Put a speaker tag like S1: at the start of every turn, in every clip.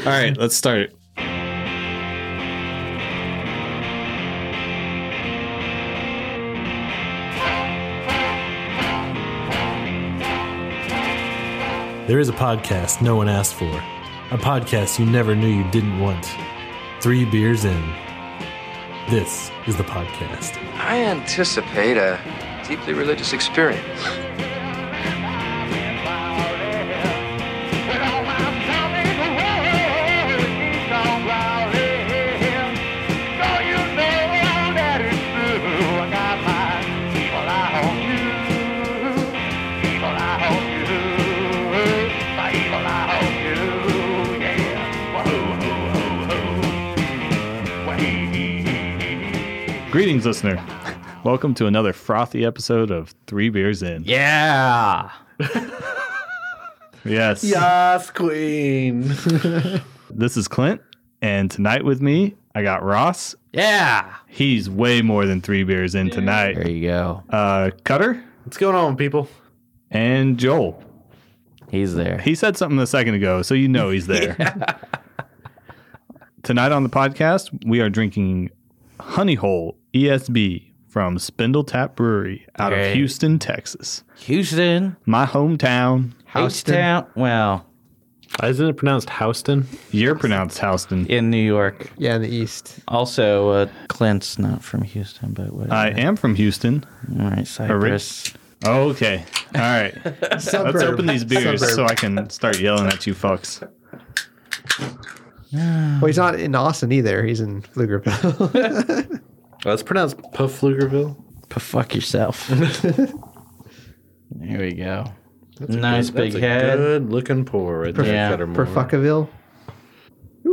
S1: All right, let's start.
S2: There is a podcast no one asked for, a podcast you never knew you didn't want. Three beers in. This is the podcast.
S3: I anticipate a deeply religious experience.
S1: Greetings, listener. Welcome to another frothy episode of Three Beers In.
S4: Yeah.
S1: Yes.
S5: Yes, Queen.
S1: This is Clint, and tonight with me, I got Ross.
S4: Yeah.
S1: He's way more than three beers in tonight.
S4: There you go.
S1: Uh, Cutter
S5: What's going on, people?
S1: and Joel.
S4: He's there.
S1: He said something a second ago, so you know he's there. Tonight on the podcast, we are drinking Honey Hole ESB E from Spindle Tap Brewery out
S4: Great.
S1: of Houston, Texas.
S4: Houston.
S1: My hometown.
S5: Houston.
S4: H-town. Well,
S5: Uh,
S2: Isn't it pronounced Houston?
S1: You're pronounced Houston.
S4: in New York.
S6: Yeah, in the East.
S4: Also, uh, Clint's not from Houston, but whatever.
S5: Uh,
S1: I am from Houston.
S4: All right, Cyprus.
S1: Okay. All right.
S6: Suburb.
S1: Let's open these beers
S6: Suburb.
S1: so I can start yelling at you fucks.
S6: well, he's not in Austin either. He's in Pflugerville.
S5: That's Uh, pronounced Puff Pflugerville.
S4: But fuck yourself. there we go.
S5: That's
S4: nice big
S5: a
S4: head.
S5: Good looking pour right there.
S4: Yeah.
S5: Cuttermore.
S6: Perfuckaville.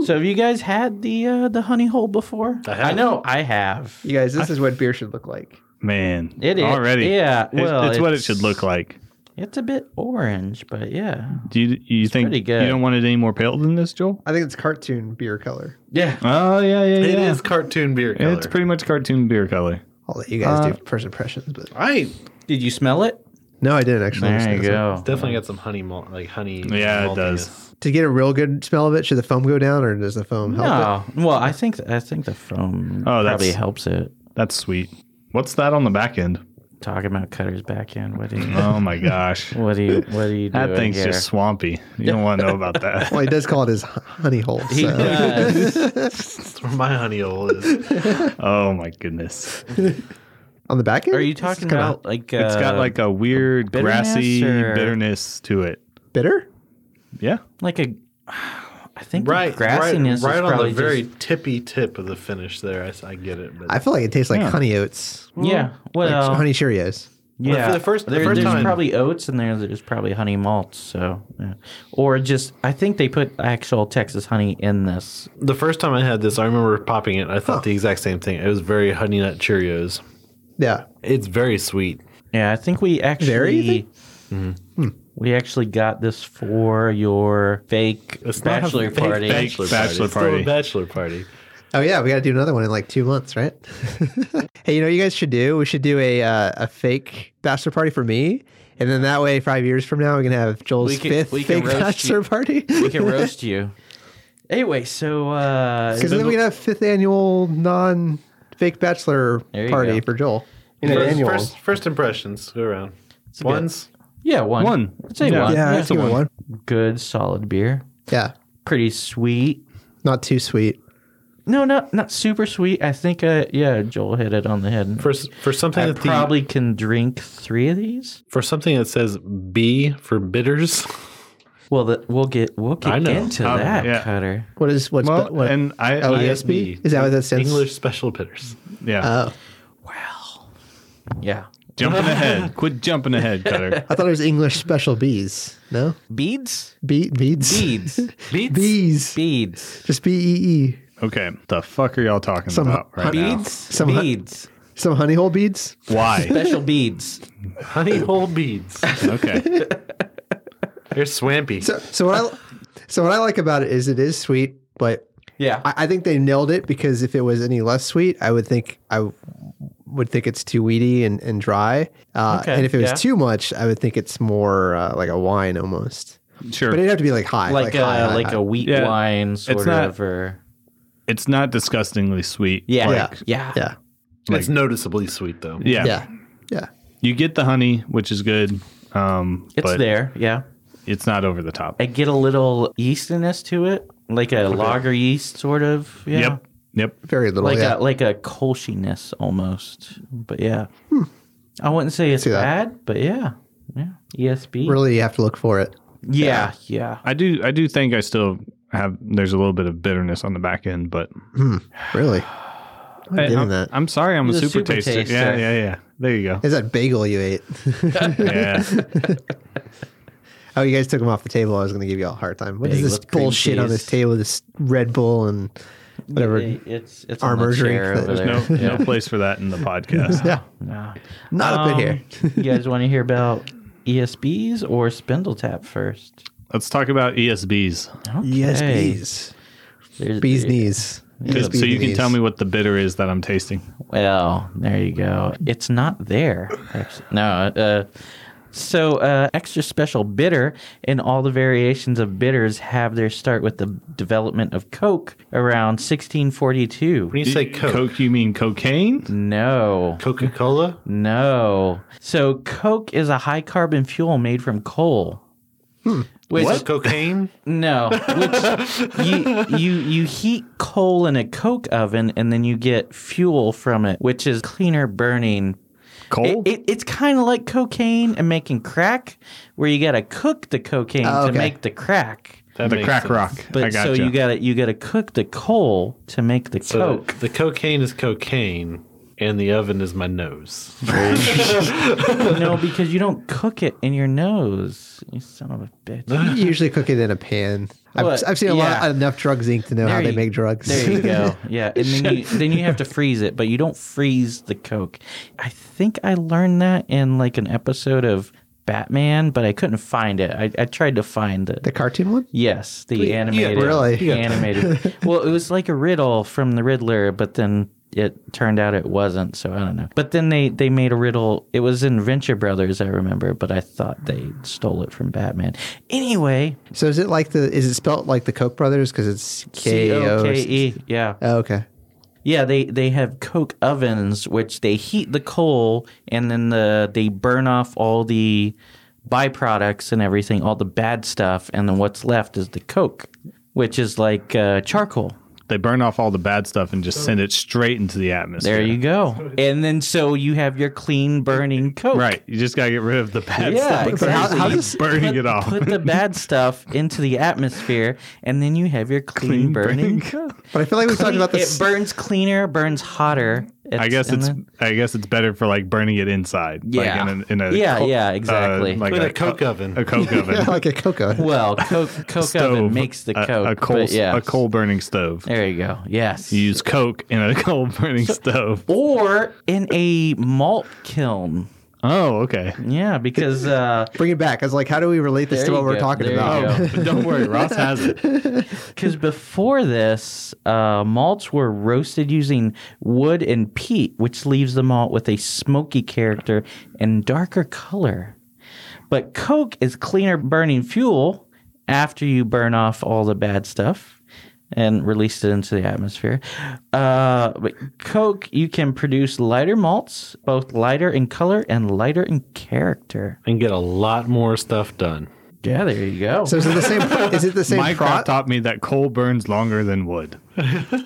S4: So, have you guys had the uh, the honey hole before?
S5: I have.
S4: know I have.
S6: You guys, this is what beer should look like.
S1: Man.
S4: It is-
S1: Already.
S4: yeah,
S1: It's-
S4: well,
S1: it's, what it
S4: it's-
S1: should look like.
S4: It's a bit orange, but yeah,
S1: Do you, you think
S4: pretty good.
S1: you don't want it any more pale than this, Joel?
S6: I think it's cartoon beer color.
S4: yeah.
S1: Oh, yeah, yeah,
S5: It
S1: yeah.
S5: is cartoon beer color.
S1: It's pretty much cartoon beer color.
S6: I'll let you guys
S4: Uh,
S6: do first impressions, but
S5: I
S4: Did you smell it?
S6: no, I didn't actually.
S4: There
S6: understand
S4: you
S6: this one.
S4: go.
S5: definitely got some honey malt, like honey.
S1: Yeah, it
S5: maltiness.
S1: does.
S6: To get a real good smell of it, should the foam go down or does the foam help?
S4: No, well, I think I think the foam
S1: Oh, that's-
S4: probably helps it.
S1: That's sweet. What's that on the back end?
S4: Talking about cutters back end, what do you,
S1: Oh my gosh.
S4: what do you, what do you do?
S1: that thing's just swampy. You don't want to know about that.
S6: It? Well, he does call it his hon- honey hole.
S4: He uh,
S6: So.
S4: does.
S5: That's where my honey hole is.
S1: Oh my goodness.
S6: On the back end,
S4: Are you
S6: It's
S4: talking
S6: kinda
S4: about like uh,
S1: it's got like a weird
S4: bitterness
S1: grassy
S4: or-
S1: bitterness to it.
S6: bitter?
S1: Yeah.
S4: like a? I think
S5: right,
S4: the grassiness
S5: right,
S4: is
S5: right on
S4: probably
S5: the very
S4: just,
S5: tippy tip of the finish there. I, s- I get it, but
S6: I feel like it tastes like
S1: Yeah.
S6: honey oats,
S4: yeah.
S6: like
S4: Well,
S6: honey Cheerios.
S4: yeah.
S5: for the first- the
S4: There-
S5: first
S4: there's
S5: time-
S4: probably oats in there. There's probably honey malts. So, yeah. or just I think they put actual Texas honey in this.
S5: the first time I had this, I remember popping it. I thought the exact same thing. It was very honey nut Cheerios.
S6: Yeah,
S5: It's very sweet.
S4: Yeah, I think we actually
S6: Very, you think?
S4: we actually got this for your fake
S5: It's not a
S4: bachelor
S5: fake
S4: party.
S1: Bachelor Bachelor
S5: It's
S1: party.
S5: still a bachelor party.
S6: Oh yeah, we got to do another one in like two months, right? hey, you know what you guys should do? We should do a uh, a fake bachelor party for me, and then that way, five years from now, we can have Joel's
S4: We can-
S6: fifth
S4: we can
S6: fake
S4: roast
S6: bachelor
S4: you.
S6: party.
S4: we
S6: Because
S4: can roast you. Anyway, so uh,
S6: then we can have fifth annual non fake bachelor
S4: There you
S6: party
S4: go.
S6: for Joel.
S5: In
S6: an
S5: first,
S6: annual.
S5: First, first impressions. Go around.
S4: good-
S5: Ones.
S4: yeah, one,
S1: One.
S4: I'd say one. Yeah,
S6: Yeah, that's a one.
S4: good solid beer,
S6: Yeah,
S4: pretty sweet.
S6: not too sweet.
S4: No, not not super sweet. I think uh, yeah, Joel hit it on the head.
S5: For s- for something
S4: I
S5: that the-
S4: probably can drink three of these.
S5: for something that says B for bitters.
S4: Well, that we'll get we'll
S5: I
S4: get
S5: know.
S4: into
S1: Um,
S4: that
S1: yeah.
S4: cutter.
S6: What is what's
S1: Well,
S6: what?
S1: and I,
S6: Oh,
S1: I-
S6: yeah. ESB? Is that what that stands for?
S5: English special bitters.
S1: yeah.
S6: oh,
S4: Yeah,
S1: jumping ahead. Quit jumping ahead, Cutter.
S6: I thought it was English special bees. No,
S4: beads,
S6: Be- beads,
S4: beads, beads,
S6: bees,
S4: beads,
S6: just B E E.
S1: Okay. The fuck are y'all talking
S6: Some-
S1: about right now?
S4: beads,
S6: Some hu-
S4: beads.
S6: Some honey hole beads.
S1: Why?
S4: Special beads.
S5: Honey hole beads.
S1: Okay.
S5: They're swampy.
S6: So, so what I so what I like about it is it is sweet, but
S4: Yeah.
S6: I, I think they nailed it because if it was any less sweet, I would think I would think it's too weedy and, and dry. Uh,
S4: Okay,
S6: and if it was
S4: yeah.
S6: too much, I would think it's more uh, like a wine almost.
S1: Sure.
S6: But it'd have to be like high,
S4: like, a
S6: high, high,
S4: like
S6: high.
S4: a wheat
S1: Yeah.
S4: wine sort
S1: not-
S4: of or
S1: it's not disgustingly sweet.
S4: yeah,
S1: Like,
S4: yeah,
S6: yeah,
S5: it's noticeably sweet though.
S1: yeah.
S6: yeah, yeah.
S1: You get the honey, which is good. Um,
S4: It's
S1: but
S4: there. Yeah,
S1: It's not over the top.
S4: I get a little yeastiness to it, like a lager yeast sort of. Yeah.
S1: Yep. Yep.
S6: Very little.
S4: Like a
S6: yeah.
S4: like a colchiness almost, but yeah. I wouldn't say it's
S6: see that.
S4: bad, but yeah, yeah. ESB.
S6: really, you have to look for it.
S4: Yeah, yeah.
S1: I do. I do think I still have. There's a little bit of bitterness on the back end, but
S6: Really, I'm
S1: I,
S6: getting
S1: am
S6: that.
S1: sorry. I'm a
S4: He's
S1: super, taster. Yeah. Yeah. Yeah. There you go.
S6: Is that bagel you ate?
S1: yeah.
S6: oh, you guys took them off the table. I was going to give you all a hard time. What is
S4: Bagel
S6: this
S4: with cream
S6: bullshit on this
S4: cheese.
S6: table? This Red Bull and whatever.
S4: It- it's it's
S6: Armor
S4: on the
S6: drink
S4: chair
S6: that-
S4: over there.
S1: No. No place for that in the podcast.
S6: Yeah,
S4: No.
S6: not up in here.
S4: Um, you guys want to hear about ESBs or spindle tap first?
S1: Let's talk about E ESBs.
S6: Yes,
S4: Okay.
S6: bees.
S4: There's-
S6: Bees knees. Bees
S1: so
S4: E
S1: you can
S6: knees.
S1: tell me what the bitter is that I'm tasting.
S4: Well, there you go. It's not there. Actually. No. Uh, so, uh, extra special bitter and all the variations of bitters have their start with the development of Coke around 1642.
S5: When you say
S1: Coke.
S5: Coke,
S1: you mean cocaine?
S4: No.
S5: Coca Cola,
S4: No. So, Coke is a high carbon fuel made from coal. Which,
S5: what cocaine?
S4: No, which you you you heat coal in a coke oven and then you get fuel from it, which is cleaner burning.
S1: Coal?
S4: It, it, it's kind of like cocaine and making crack, where you gotta cook the cocaine
S6: Oh,
S4: to
S6: okay.
S4: make the crack.
S5: That
S1: the
S5: makes
S1: crack
S5: sense.
S1: rock.
S4: But
S1: I
S4: so
S1: gotcha.
S4: you gotta you gotta cook the coal to make the
S5: So
S4: coke.
S5: The cocaine is cocaine, and the oven is my nose.
S4: no, because you don't cook it in your nose. You son of a bitch.
S6: You usually cook it in a pan. I've,
S4: What?
S6: I've seen a
S4: Yeah.
S6: lot enough drugs inc to know how
S4: There
S6: they
S4: you-
S6: make drugs.
S4: There you go. Yeah, and then you, then you have to freeze it, but you don't freeze the Coke. I think I learned that in like an episode of Batman, but I couldn't find it. I, I tried to find it.
S6: the cartoon one.
S4: Yes, the animated.
S6: really?
S4: the animated. well, it was like a riddle from the Riddler, but then it turned out it wasn't. So I don't know. But then they they made a riddle. It was in Venture Brothers, I remember, but I thought they stole it from Batman. Anyway,
S6: So is it like the? Is it spelt like the Koch brothers? Because it's
S4: C
S6: K
S4: O
S6: O.
S4: K E. Yeah.
S6: Oh, okay.
S4: Yeah, they, they have coke ovens which they heat the coal and then the they burn off all the byproducts and everything, all the bad stuff, and then what's left is the coke, which is like uh, charcoal.
S1: they burn off all the bad stuff and just send it straight into the atmosphere.
S4: There you go. And then so you have your clean burning coke.
S1: Right. You just got to get rid of the bad
S4: Yeah,
S1: stuff.
S4: exactly.
S6: how- how
S1: You're
S6: does-
S1: burning
S4: put,
S1: it off.
S4: put the bad stuff into the atmosphere, and then you have your clean,
S1: Clean
S4: burning
S1: burning
S4: coke.
S6: But I feel like we've talked
S4: Clean-
S6: about
S4: It
S6: this.
S4: burns cleaner, burns hotter.
S1: I guess
S4: and
S1: it's
S4: then-
S1: I guess it's better for like burning it inside.
S4: Yeah.
S1: Like in a, in a
S4: Yeah,
S1: co-
S4: yeah, exactly.
S1: like
S5: In
S1: a,
S5: a Coke oven.
S1: a coke oven.
S6: Yeah, like a cocoa.
S4: Well, Coke, coke oven
S1: Stove.
S4: makes the
S1: A-
S4: Coke.
S1: A, coal
S4: but yes.
S1: a coal burning stove.
S4: There you go. Yes.
S1: You use coke in a coal burning stove.
S4: or in a malt kiln.
S1: Oh, okay.
S4: Yeah, because uh,
S6: Bring it back. I was like, how do we relate this
S4: There
S6: to
S4: you
S6: what we're
S4: go.
S6: talking
S4: There you
S6: about?
S4: go.
S1: Oh, don't worry, Ross has it.
S4: Because before this, uh, malts were roasted using wood and peat, which leaves the malt with a smoky character and darker color. But coke is cleaner burning fuel after you burn off all the bad stuff and release it into the atmosphere. Uh, but coke, you can produce lighter malts, both lighter in color and lighter in character.
S5: and get a lot more stuff done.
S4: Yeah, there you go.
S6: So is it the same? Is it the same
S1: Minecraft
S6: product?
S1: taught me that coal burns longer than wood.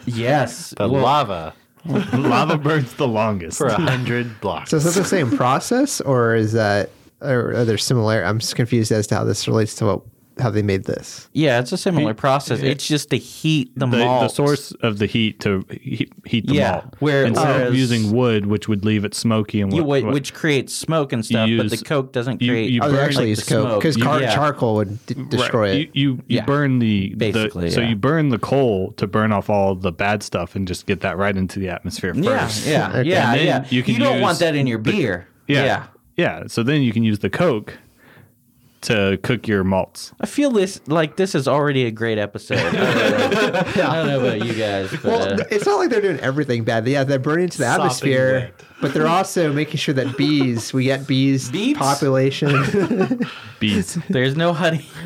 S4: yes.
S5: The lava
S1: Lava burns the longest.
S5: for a hundred blocks.
S6: So is it the same process, or is that or are there similar? I'm just confused as to how this relates to what how they made this.
S4: Yeah, it's a similar process. It's just to heat the,
S1: the,
S4: malt.
S1: the source of the heat to heat, heat the
S4: Yeah,
S1: malt.
S4: where-
S1: instead
S4: whereas-
S1: of using wood, which would leave it smoky and
S4: You-
S1: what,
S4: whi-
S1: what-
S4: which creates smoke and stuff, but the
S1: use-
S4: coke doesn't
S1: you-
S4: create.
S1: you
S6: Oh, they
S1: burn,
S6: actually
S1: like,
S6: use
S4: the
S6: coke
S4: smoke.
S6: because
S4: You-
S6: car-
S4: yeah.
S6: charcoal would d- destroy
S1: right.
S6: it.
S1: You you, you
S4: Yeah.
S1: burn the the-
S4: Basically,
S1: so
S4: yeah.
S1: you burn the coal to burn off all the bad stuff and just get that right into the atmosphere
S4: yeah,
S1: first.
S4: yeah,
S6: Okay.
S4: yeah,
S1: And then
S4: yeah. You,
S1: you can
S4: don't want
S1: use
S4: that in your beer.
S1: Yeah. So then you can use the coke to cook your malts.
S4: I feel this like this is already a great episode. I don't know, I don't know about you guys, but
S6: Well,
S4: uh,
S6: th- it's not like they're doing everything bad. Yeah, they're burning into the
S5: Sopping
S6: atmosphere,
S5: wet.
S6: but they're also making sure that bees, we get bees,
S4: Beeps?
S6: population.
S1: Bees.
S4: There's no honey.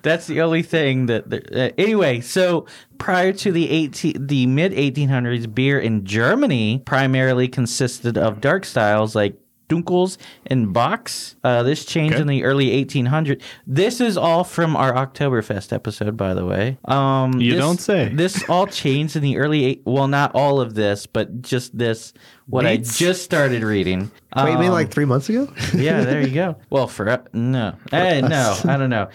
S4: That's the only thing that. there- uh, anyway, so prior to the 18, the mid 1800s, beer in Germany primarily consisted of dark styles like Dunkels and Box. Uh, this changed
S1: Okay.
S4: in the early 1800s. This is all from our Oktoberfest episode, by the way. Um,
S1: You
S4: this-
S1: don't say.
S4: This all changed in the early eight. Well, not all of this, but just this. What
S1: Beats?
S4: I just started reading.
S6: Wait, you mean
S4: Um,
S6: like three months ago?
S4: yeah, there you go. Well, for no, eh, no, I don't know.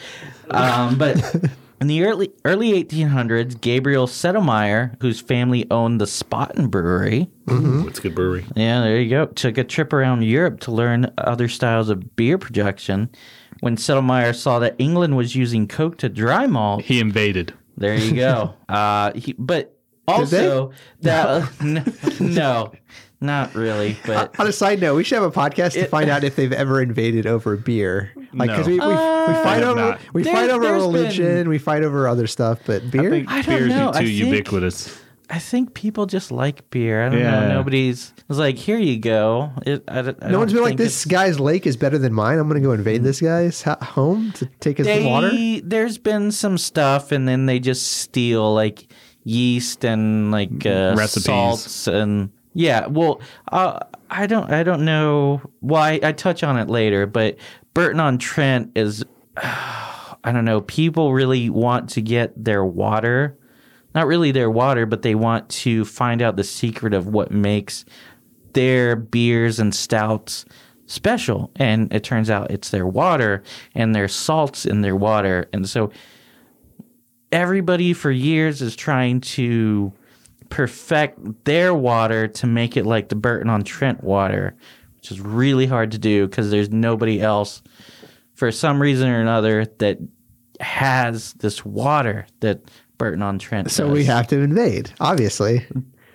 S4: Um, but in the early early 1800s, Gabriel Settlemeyer, whose family owned the Spaten Brewery,
S5: It's a good brewery.
S4: yeah, there you go, took a trip around Europe to learn other styles of beer production. When Settlemeyer saw that England was using Coke to dry malt,
S1: He invaded.
S4: there you go. uh, he, but also that no. no, not really, but.
S6: On a side note, we should have a podcast to find out if they've ever invaded over beer. Like, because
S1: No.
S6: we, we, we fight
S1: have
S6: over
S1: not.
S6: we
S4: There-
S6: fight over
S4: there's
S6: religion,
S4: been-
S6: we fight over other stuff, but beer.
S4: I don't
S1: beers
S4: know.
S1: are
S4: I
S1: too
S4: think-
S1: ubiquitous.
S4: I think people just like beer. I don't know.
S1: Yeah.
S4: Nobody's I was like, here you go. It, I, don't- I
S6: no one's
S4: don't
S6: been like
S4: think it's-
S6: this guy's lake is better than mine. I'm going to go invade this guy's ho- home to take his
S4: They,
S6: water.
S4: There's been some stuff, and then they just steal like yeast and like uh,
S1: Recipes.
S4: salts and yeah. Well, uh, I don't. I don't know why. I touch on it later, but Burton on Trent is. I don't know. People really want to get their water, not really their water, but they want to find out the secret of what makes their beers and stouts special. And it turns out it's their water and their salts in their water. And so everybody for years is trying to perfect their water to make it like the Burton on Trent water, which is really hard to do because there's nobody else for some reason or another that has this water that Burton on Trent.
S6: So we
S4: does.
S6: have to invade, obviously.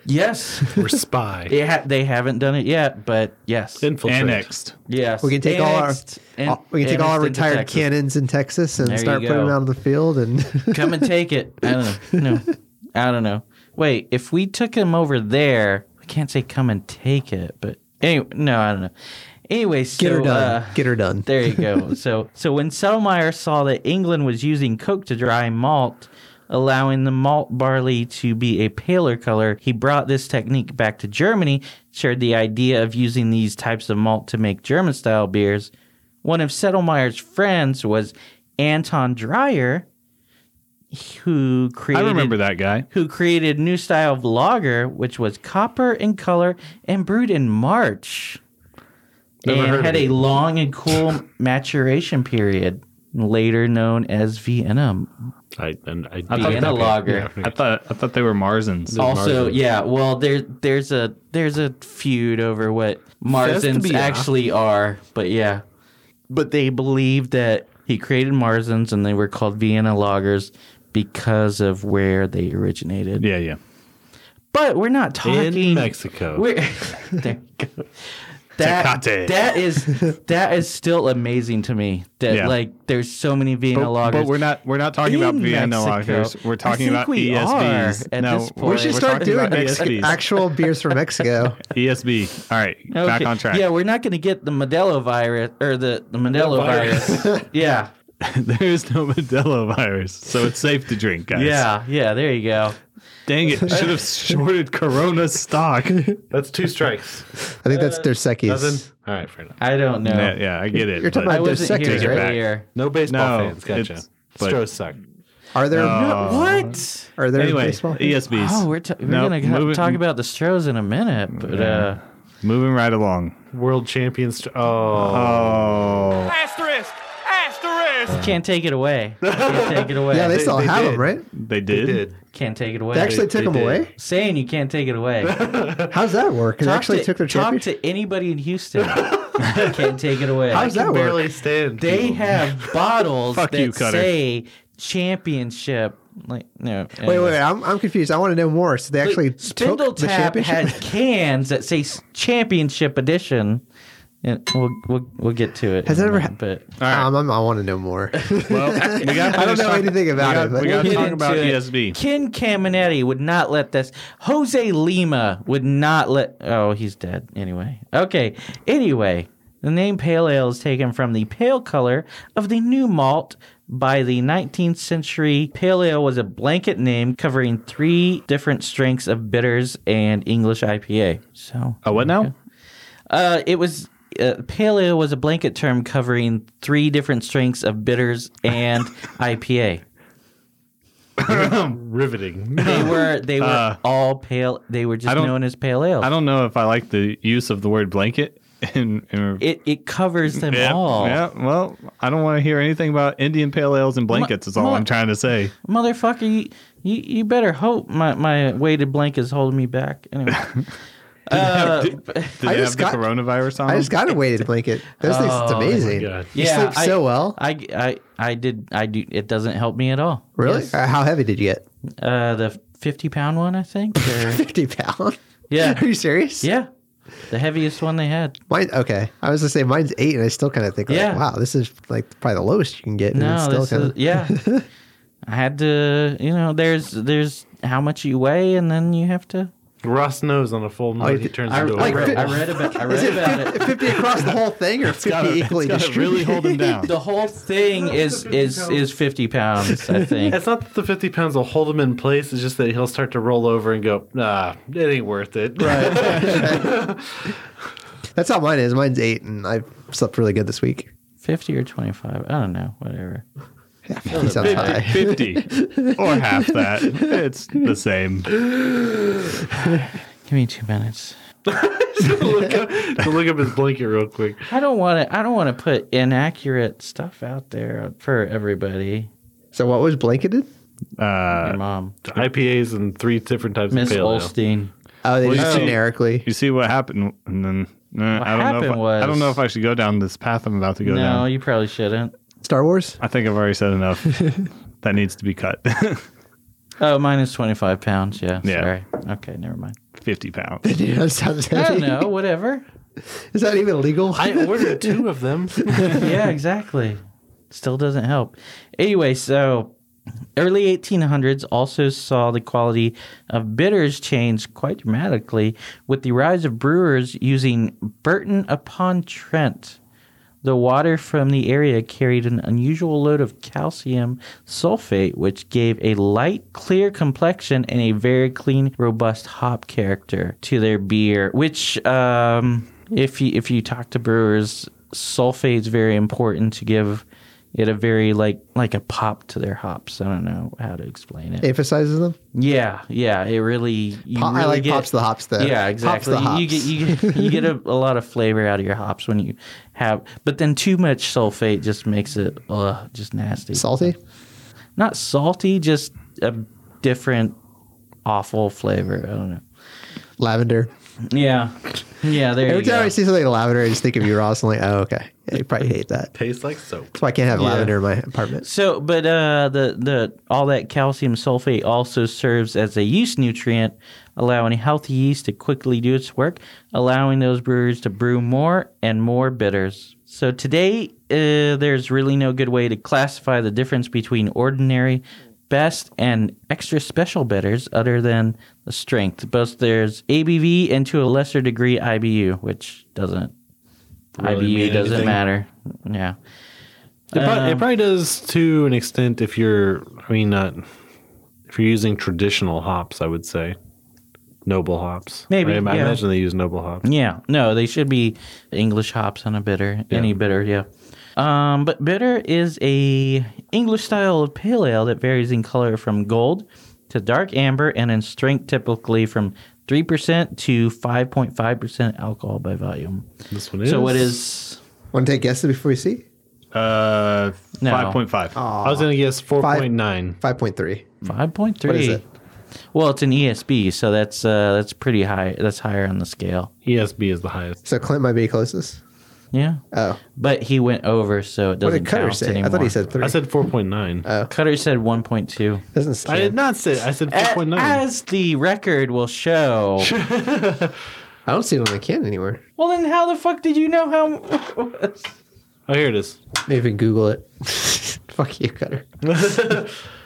S4: yes,
S5: We're spy.
S4: it ha- they haven't done it yet, but yes,
S5: Infiltrate.
S1: Annexed.
S4: yes,
S6: We can take all our
S4: Annexed and-
S6: all- we can take all our
S4: annexed into
S6: retired
S4: Texas.
S6: cannons in Texas and
S4: There you
S6: start putting them
S4: go.
S6: out on the field. And
S4: Come and take it. I don't know. No, I don't know. Wait, if we took him over there, we can't say come and take it. But anyway, no, I don't know. Anyway, so
S6: get her done.
S4: uh,
S6: get her done.
S4: there you go. so so when Settlemeyer saw that England was using Coke to dry malt, allowing the malt barley to be a paler color, he brought this technique back to Germany, shared the idea of using these types of malt to make German style beers. One of Settlemeyer's friends was Anton Dreyer, who
S1: I
S4: created
S1: remember that guy.
S4: who created new style of lager, which was copper in color and brewed in March. and had a long and cool maturation period, later known as Vienna.
S5: I, and I,
S1: thought
S4: Vienna
S1: that-
S4: lager.
S1: I thought I thought they were Marzens.
S4: Also,
S5: Marzens.
S4: yeah, well there there's a there's a feud over what Marzens
S5: Festbier.
S4: actually are, but yeah. But they believe that he created Marzens and they were called Vienna lagers because of where they originated.
S1: Yeah, yeah.
S4: But we're not
S5: in
S4: talking
S5: Mexico.
S4: We're, there you go. That,
S1: Tecate.
S4: that is that is still amazing to me. That
S1: Yeah.
S4: like there's so many Vienna
S1: But,
S4: lagers.
S1: but we're not we're not talking
S4: in
S1: about Vienna
S4: Mexico.
S1: lagers. We're
S4: I
S1: talking
S4: think
S1: about
S4: we are
S1: ESBs.
S4: at
S1: no,
S4: this
S6: we
S4: point.
S6: should
S4: We're
S6: start
S1: talking
S6: doing
S1: about E
S6: this.
S1: ESBs.
S6: actual beers from Mexico.
S1: ESB. E All right, back
S4: Okay.
S1: on track.
S4: Yeah, we're not going to get the Modelo virus or the the Modelo virus. yeah,
S1: there is no Modelo virus, so it's safe to drink, guys.
S4: yeah, yeah. There you go.
S1: Dang it! Should have shorted Corona stock. yeah,
S5: That's two strikes.
S6: I think that's their
S5: Nothing.
S6: Secchi's.
S5: All right, fair enough.
S4: I don't know.
S1: yeah, I get it.
S6: You're talking
S1: but-
S4: I
S6: about- They're
S4: wasn't here
S6: sectors,
S1: right?
S4: earlier.
S5: No baseball
S1: No,
S5: fans. Gotcha.
S1: it's- but-
S5: Stros suck.
S6: Are there
S1: No.
S4: What?
S6: are there
S1: anyway, E
S6: baseball?
S1: ESBs.
S4: Oh, we're, t- we're
S1: Nope,
S4: going to
S1: moving-
S4: talk about the Strohs in a minute, but uh,
S1: moving right along.
S5: World champions. Str- oh,
S1: Uh, Oh,
S4: can't take it away. Can't take it away.
S6: yeah, they,
S5: they-
S6: still
S5: they
S6: have
S5: did.
S6: them, right?
S1: they did.
S5: did.
S4: can't take it away.
S6: They actually
S5: they
S6: took them
S5: did.
S6: away.
S4: saying you can't take it away.
S6: How's that work? They
S4: Talk
S6: actually
S4: to-
S6: took their
S4: talk
S6: championship.
S4: to anybody in Houston. can't take it away.
S6: How's that work?
S5: Barely stand.
S4: They
S5: people.
S4: have bottles
S1: Fuck
S4: that
S1: you, Cutter.
S4: say championship. Like no.
S6: Wait, wait, wait, I'm, I'm confused. I want to know more. So they actually
S4: Spindle
S6: took the
S4: Tap
S6: championship.
S4: had cans that say s- championship edition. And we'll, we'll we'll get to it.
S6: Has
S4: in
S6: that
S4: a
S6: ever
S4: minute, But
S1: right.
S6: Um, I'm, I want to know more.
S1: Well, we got.
S6: I don't know anything about it, but-
S1: we got to
S4: Get
S1: talk
S4: into
S1: about E
S4: it.
S1: ESB.
S4: Ken Caminiti would not let this. Jose Lima would not let. Oh, he's dead. Anyway. Okay. Anyway, the name Pale Ale is taken from the pale color of the new malt. By the 19th century, Pale Ale was a blanket name covering three different strengths of bitters and English IPA. So,
S1: Oh, what now?
S4: uh, it was. Uh, paleo was a blanket term covering three different strengths of bitters and IPA.
S5: Riveting.
S4: They were they were all pale. They were just
S1: Uh, I don't-
S4: known as pale ale.
S1: I don't know if I like the use of the word blanket. In, in
S4: it it covers them
S1: yeah,
S4: all.
S1: yeah, well, I don't want to hear anything about Indian pale ales and blankets. Is all
S4: Well-
S1: I'm trying to say.
S4: Motherfucker, you, you you better hope my my weighted blanket is holding me back. Anyway. Uh, but-
S1: Did
S6: I
S1: they have
S6: just
S1: the
S6: got-
S1: coronavirus on?
S6: I
S1: them?
S6: just got a weighted blanket. Those things, it's amazing.
S5: God.
S6: You
S4: Yeah,
S6: sleep
S4: I-
S6: so well.
S4: I, I I did I do it doesn't help me at all.
S6: really?
S4: Yes.
S6: Uh, how heavy did you get?
S4: Uh, the fifty pound one I think. or-
S6: 50 pounds?
S4: yeah,
S6: Are you serious?
S4: yeah, the heaviest one they had.
S6: Mine, okay. I was going to say mine's eight, and I still kind of think, like,
S4: Yeah.
S6: wow, this is like probably the lowest you can get. and it's
S4: No,
S6: still
S4: this
S6: kinda-
S4: is, yeah. I had to, you know, there's there's how much you weigh, and then you have to.
S5: Ross knows on a full moon. he
S6: did-
S5: turns
S4: I,
S5: into
S4: I
S5: a
S4: read,
S5: rebel.
S4: I read about, I read about it.
S6: 50 across the whole thing or 50 equally
S1: Gotta
S6: distributed?
S1: really hold them down.
S4: The whole thing is is is fifty pounds. I think.
S5: It's not that the 50 pounds will hold him in place. It's just that he'll start to roll over and go, nah, it ain't worth it.
S6: That's how mine is. Mine's eight, and I slept really good this week.
S4: 50 or 25 i don't know whatever
S6: Yeah, 50 sounds high.
S1: 50 or half that. It's the same.
S4: give me two minutes
S5: to, look up, to look up his blanket real quick.
S4: i don't want to i don't want to put inaccurate stuff out there for everybody
S6: So what was blanketed?
S1: Uh,
S4: your mom
S5: IPAs and three different types
S4: miss
S5: of pale ale.
S4: olstein
S6: Oh, they
S1: Well,
S6: just
S1: you see-
S6: generically.
S1: You see what happened, and then uh, I don't know. If I,
S4: happened was-
S1: I don't know if I should go down this path I'm about to go
S4: no
S1: down.
S4: you probably shouldn't
S6: Star Wars?
S1: I think I've already said enough. that needs to be cut.
S4: oh mine is 25 pounds yeah,
S1: Yeah.
S4: sorry okay never mind
S1: 50 pounds.
S6: Dude, that sounds
S4: i
S6: heavy.
S4: don't know whatever
S6: Is that even legal?
S5: I ordered two of them.
S4: yeah, exactly. Still doesn't help. Anyway, so early 1800s also saw the quality of bitters change quite dramatically with the rise of brewers using Burton upon Trent. The water from the area carried an unusual load of calcium sulfate, which gave a light, clear complexion and a very clean, robust hop character to their beer. Which, um, if you if you talk to brewers, sulfate's very important to give it a very like like a pop to their hops. I don't know how to explain it.
S6: Emphasizes them?
S4: yeah, yeah, it really. You
S6: Pop- I
S4: really
S6: like
S4: get,
S6: pops the hops, though.
S4: Yeah,
S6: Pops
S4: exactly.
S6: the
S4: You- You get you get, you get a, a lot of flavor out of your hops when you have, but then too much sulfate just makes it uh just nasty.
S6: Salty?
S4: Not salty, just a different awful flavor. I don't know.
S6: Lavender.
S4: Yeah, yeah. There
S6: Every
S4: you
S6: time
S4: go.
S6: I see something lavender, I just think of you, Ross. I'm like, oh, okay. Yeah, you probably hate that.
S5: Tastes like soap.
S6: That's why I can't have
S4: Yeah.
S6: lavender in my apartment.
S4: So, but uh, the the all that calcium sulfate also serves as a yeast nutrient, allowing healthy yeast to quickly do its work, allowing those brewers to brew more and more bitters. So today, uh, there's really no good way to classify the difference between ordinary, best, and extra special bitters other than the strength. Both there's ABV and to a lesser degree IBU, which doesn't
S5: Really
S4: IBU
S5: mean
S4: doesn't
S5: anything.
S4: matter. Yeah.
S5: It, prob-
S4: Um,
S5: it probably does to an extent if you're, I mean, not if you're using traditional hops, I would say. Noble hops.
S4: Maybe,
S5: I, I
S4: yeah.
S5: imagine they use noble hops.
S4: Yeah, no, they should be English hops on a bitter, any bitter, yeah. Um, but bitter is a English style of pale ale that varies in color from gold to dark amber and in strength typically from 3% to 5.5% alcohol by volume.
S5: This one is.
S4: Mm-hmm. So what is
S6: Want to take guesses before we see?
S1: Uh,
S4: No.
S1: 5.5.
S5: I was going to guess 4.9.
S6: 5.3.
S4: 5.3?
S6: What is it?
S4: Well, it's an ESB, so that's uh, that's pretty high. That's higher on the scale.
S5: ESB E is the highest.
S6: So Clint might be closest.
S4: Yeah.
S6: Oh.
S4: But he went over, so it
S6: What
S4: doesn't
S6: did Cutter
S4: count
S6: say?
S4: anymore.
S6: I thought he said three.
S5: I said 4.9.
S4: Cutter said
S5: I
S4: 1.2.
S6: Doesn't
S5: did
S6: stand.
S4: Eh,
S5: not say I said
S4: A-
S5: 4.9.
S4: As the record will show,
S6: I don't see it on the can anywhere.
S4: Well, then how the fuck did you know how?
S5: Oh, here it is.
S6: Maybe we can Google it. Fuck you, Cutter.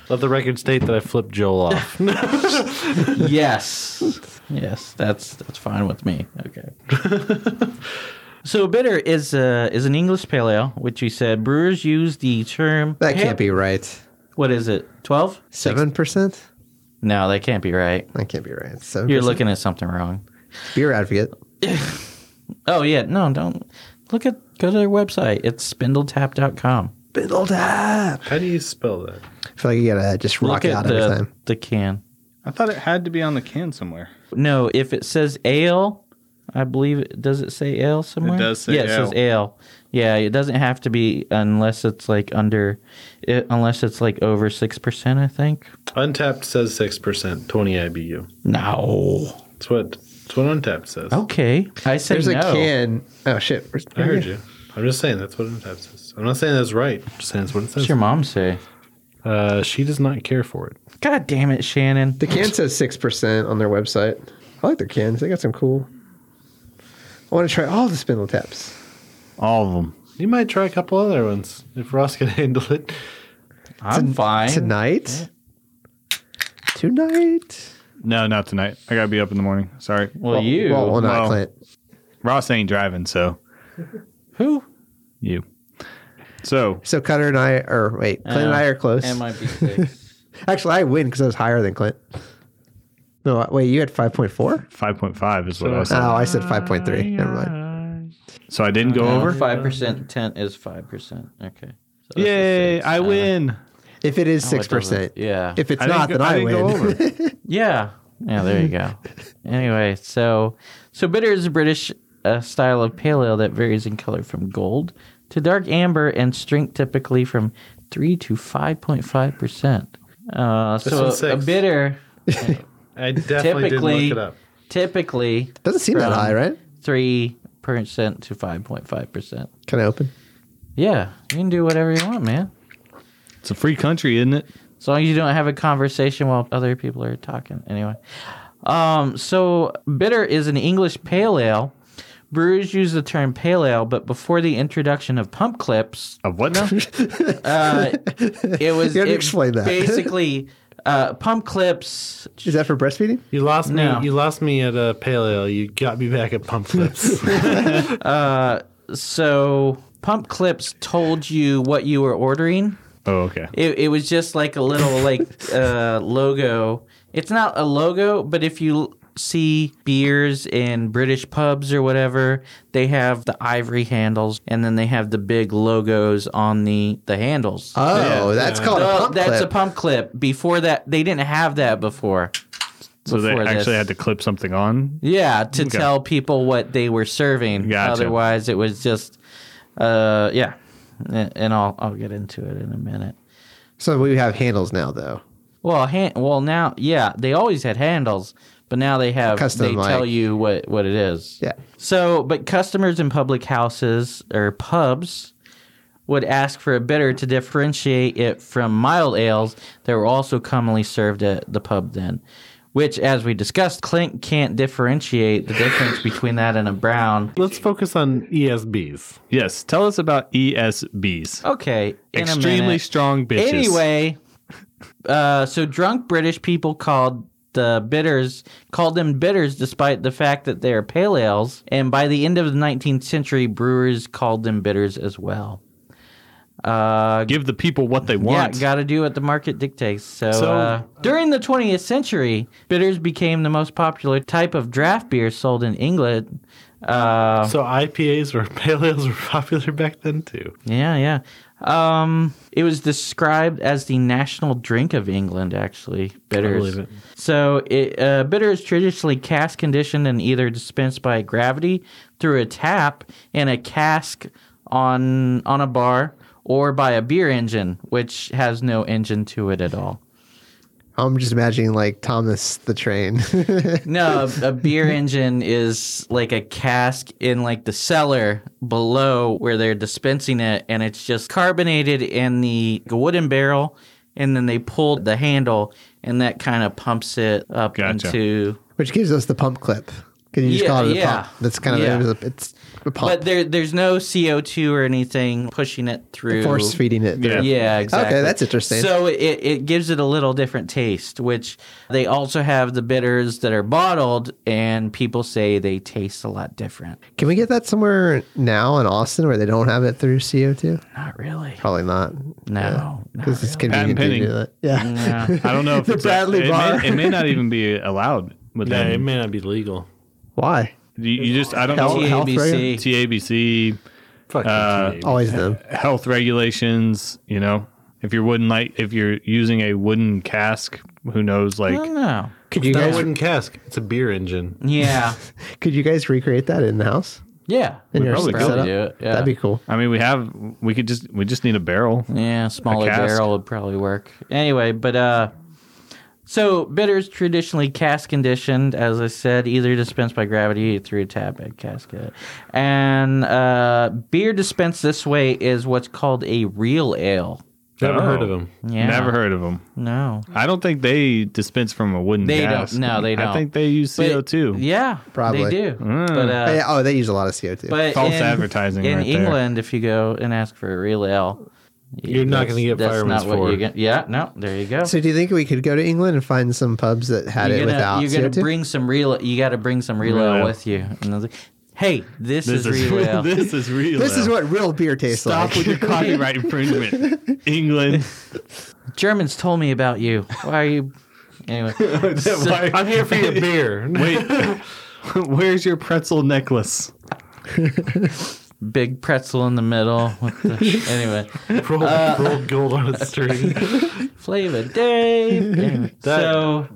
S5: Let the record state that I flipped Joel off.
S4: yes, yes, that's that's fine with me. Okay. so bitter is uh, is an English pale ale, which you said brewers use the term.
S6: That can't be right.
S4: What is it? Twelve?
S6: Seven percent?
S4: No, that can't be right.
S6: That can't be right. Seven.
S4: You're looking at something wrong.
S6: Beer advocate.
S4: Oh yeah, no, don't look at. Go to their website. It's spindletap.com.
S6: Biddle tap.
S5: How do you spell that?
S6: I feel like you gotta just rock
S4: Look
S6: it
S4: at
S6: out every
S4: the,
S6: time.
S4: the can.
S1: I thought it had to be on the can somewhere.
S4: No, if it says ale, I believe it does it say ale somewhere?
S1: does say
S4: yeah, it says ale. Yeah, it doesn't have to be unless it's like under it, unless it's like over 6%, I think.
S5: Untapped says six percent, twenty IBU.
S4: No.
S5: That's what that's what Untapped says.
S4: Okay. I said
S6: There's
S4: no.
S6: a can. Oh shit. Where's-
S5: I heard you. I'm just saying that's what Untapped says. I'm not saying that's right. I'm just saying that's what it
S4: What's
S5: says.
S4: your mom say?
S5: Uh, she does not care for it.
S4: God damn it, Shannon.
S6: The can says six percent on their website. I like their cans. They got some cool. I want to try all the spindle taps.
S1: All of them.
S5: You might try a couple other ones if Ross can handle it.
S4: I'm fine.
S6: Tonight? Tonight?
S1: No, not tonight. I gotta be up in the morning. Sorry.
S4: Well, you.
S6: Well, well not
S1: Well.
S6: Clint.
S1: Ross ain't driving, so
S4: Who?
S1: you. So
S6: So Cutter and I are, wait, Clint and I are close.
S4: Uh, Am I B6?
S6: Actually, I win because I was higher than Clint. No, wait, you had 5.4?
S1: five point five is what I said.
S6: Oh, I said 5.3.
S4: Uh,
S6: Never mind.
S1: So I didn't go over.
S4: 5%. 10 is 5%. Okay. So that's a
S1: Yay!
S4: six.
S1: I
S4: Uh,
S1: win.
S6: If it is
S4: oh, it
S6: 6%.
S4: doesn't- yeah.
S6: If it's
S1: I didn't
S6: not,
S1: go-
S6: then I,
S1: I
S6: win.
S1: didn't go
S4: Yeah. Yeah, there you go. anyway, so so bitter is a British uh, style of pale ale that varies in color from gold to dark amber and strength typically from 3 to 5.5%. Uh, so
S5: one's
S4: a,
S5: six.
S4: bitter
S5: I definitely didn't
S4: Typically-
S5: look it up.
S4: typically
S6: Doesn't seem that
S4: From-
S6: high, right?
S4: 3% to 5.5%.
S6: Can I open?
S4: Yeah, you can do whatever you want, man.
S1: It's a free country, isn't it?
S4: As long as you don't have a conversation while other people are talking. Anyway. Um, so, bitter is an English pale ale. Brewers use the term pale ale, but before the introduction of pump clips,
S1: Of what now?
S4: uh, it was
S6: You gotta
S4: it
S6: explain that.
S4: basically uh, pump clips.
S6: Is that for breastfeeding?
S5: You lost
S4: No.
S5: me. You lost me at a pale ale. You got me back at pump clips.
S4: So, pump clips told you what you were ordering.
S1: Oh, okay.
S4: It, it was just like a little like uh, logo. It's not a logo, but if you see beers in British pubs or whatever, they have the ivory handles, and then they have the big logos on the the handles.
S6: Oh, that's called
S4: Well,
S6: a pump
S4: that's
S6: clip.
S4: a pump clip. Before that, they didn't have that before.
S1: So they
S4: before
S1: actually
S4: this.
S1: had to clip something on.
S4: Yeah, to
S1: Okay.
S4: tell people what they were serving.
S1: Gotcha.
S4: Otherwise, it was just, uh, yeah. And and I'll I'll get into it in a minute.
S6: so we have handles now, though.
S4: Well, hand, well now, yeah, they always had handles, but now they have
S6: Custom,
S4: they
S6: like-
S4: tell you what what it is.
S6: Yeah.
S4: So, but customers in public houses or pubs would ask for a bitter to differentiate it from mild ales that were also commonly served at the pub then, which as we discussed, Clint can't differentiate the difference between that and a brown.
S5: Let's focus on E ESBs.
S1: Yes. Tell us about ESBs.
S4: Okay, Uh, in a
S1: Extremely
S4: minute.
S1: strong bitches.
S4: Anyway, uh, so drunk British people called the bitters called them bitters despite the fact that they are pale ales, and by the end of the 19th century, brewers called them bitters as well. Uh,
S1: give the people what they want.
S4: yeah, got to do what the market dictates. So,
S5: So-
S4: uh, during the 20th century, bitters became the most popular type of draft beer sold in England. Uh,
S5: So IPAs or pale ales were popular back then too.
S4: Yeah, yeah. Um, it was described as the national drink of England, actually. Bitters.
S5: believe it.
S4: So, it, uh, bitter is traditionally cask conditioned and either dispensed by gravity through a tap in a cask on on a bar, or by a beer engine, which has no engine to it at all.
S6: I'm just imagining like Thomas the train.
S4: No, a, a beer engine is like a cask in like the cellar below where they're dispensing it, and it's just carbonated in the wooden barrel, and then they pull the handle, and that kind of pumps it up
S1: Gotcha.
S4: into.
S6: Which gives us the pump clip. because you just
S4: Yeah,
S6: call it a
S4: yeah.
S6: pop. That's kind of
S4: Yeah.
S6: it was a, it's a pop.
S4: But there, there's no CO2 or anything pushing it through.
S6: force feeding it.
S1: Yeah.
S6: through.
S4: Yeah, exactly.
S6: Okay, that's interesting.
S4: So it, it gives it a little different taste, which they also have the bitters that are bottled, and people say they taste a lot different.
S6: Can we get that somewhere now in Austin where they don't have it through CO2?
S4: Not really.
S6: Probably not.
S4: No. not
S6: Because it's
S4: really.
S6: convenient to
S1: Patent
S6: do that. Yeah.
S4: No.
S1: I don't know if
S6: The
S1: it's
S6: Bradley
S1: it,
S6: bar.
S1: May, it may not even be allowed with
S5: Yeah, it
S1: them.
S5: may not be legal.
S6: Why?
S1: You, you just I don't
S6: Health-
S1: know
S6: health
S4: TABC.
S1: TABC
S5: Fuck
S1: Uh,
S5: you, TABC.
S6: Always them.
S1: health regulations. You know, if you're wooden light, if you're using a wooden cask, who knows?
S4: I
S1: Like
S4: don't know.
S6: Could you
S5: It's not a
S6: guys
S5: wooden cask. It's a beer engine.
S4: Yeah.
S6: could you guys recreate that in house?
S4: Yeah.
S6: In your
S1: probably could.
S6: setup?
S4: do it, yeah.
S6: That'd be cool.
S1: I mean, we have we could just we just need a barrel.
S4: Yeah, smaller
S1: cask.
S4: barrel would probably work. Anyway, but uh so bitters traditionally cask conditioned, as I said, either dispensed by gravity or through a tap at casket. And uh beer dispensed this way is what's called a real ale.
S5: Never
S1: Oh.
S5: heard of them.
S4: Yeah.
S1: Never heard of them.
S4: No.
S1: I don't think they dispense from a wooden
S4: They
S1: cask.
S4: don't- no, they
S1: I
S4: don't.
S1: think they use
S4: But-
S1: CO2.
S4: Yeah.
S6: Probably.
S4: They do. But uh
S6: Oh, yeah. oh, they use a lot of CO2.
S4: but
S1: Mm. False
S4: in,
S1: advertising
S4: in
S1: right there.
S4: England, if you go and ask for a real ale,
S5: You're not
S4: that's-
S5: gonna get
S4: that's
S5: Fireman's
S4: not what
S5: Ford.
S4: you get. Yeah, no, there you go.
S6: so do you think we could go to England and find some pubs that had
S4: uh, you're
S6: it
S4: gonna,
S6: without
S4: you're gonna
S6: CO2?
S4: bring some real you gotta bring some real
S1: Real
S4: ale
S1: ale.
S4: with you and I was like, hey this,
S1: This
S4: is, real ale
S1: this is real.
S6: this is
S1: ale.
S6: what real beer tastes
S1: Stop
S6: like.
S1: with your copyright infringement, England.
S4: germans told me about you why are you anyway
S1: Why-
S5: I'm here for your beer.
S1: Wait,
S4: Uh,
S1: where's your pretzel necklace?
S4: big pretzel in the middle with the, anyway
S5: roll, roll gold on a string.
S4: flavor day Anyway,
S5: That-
S4: so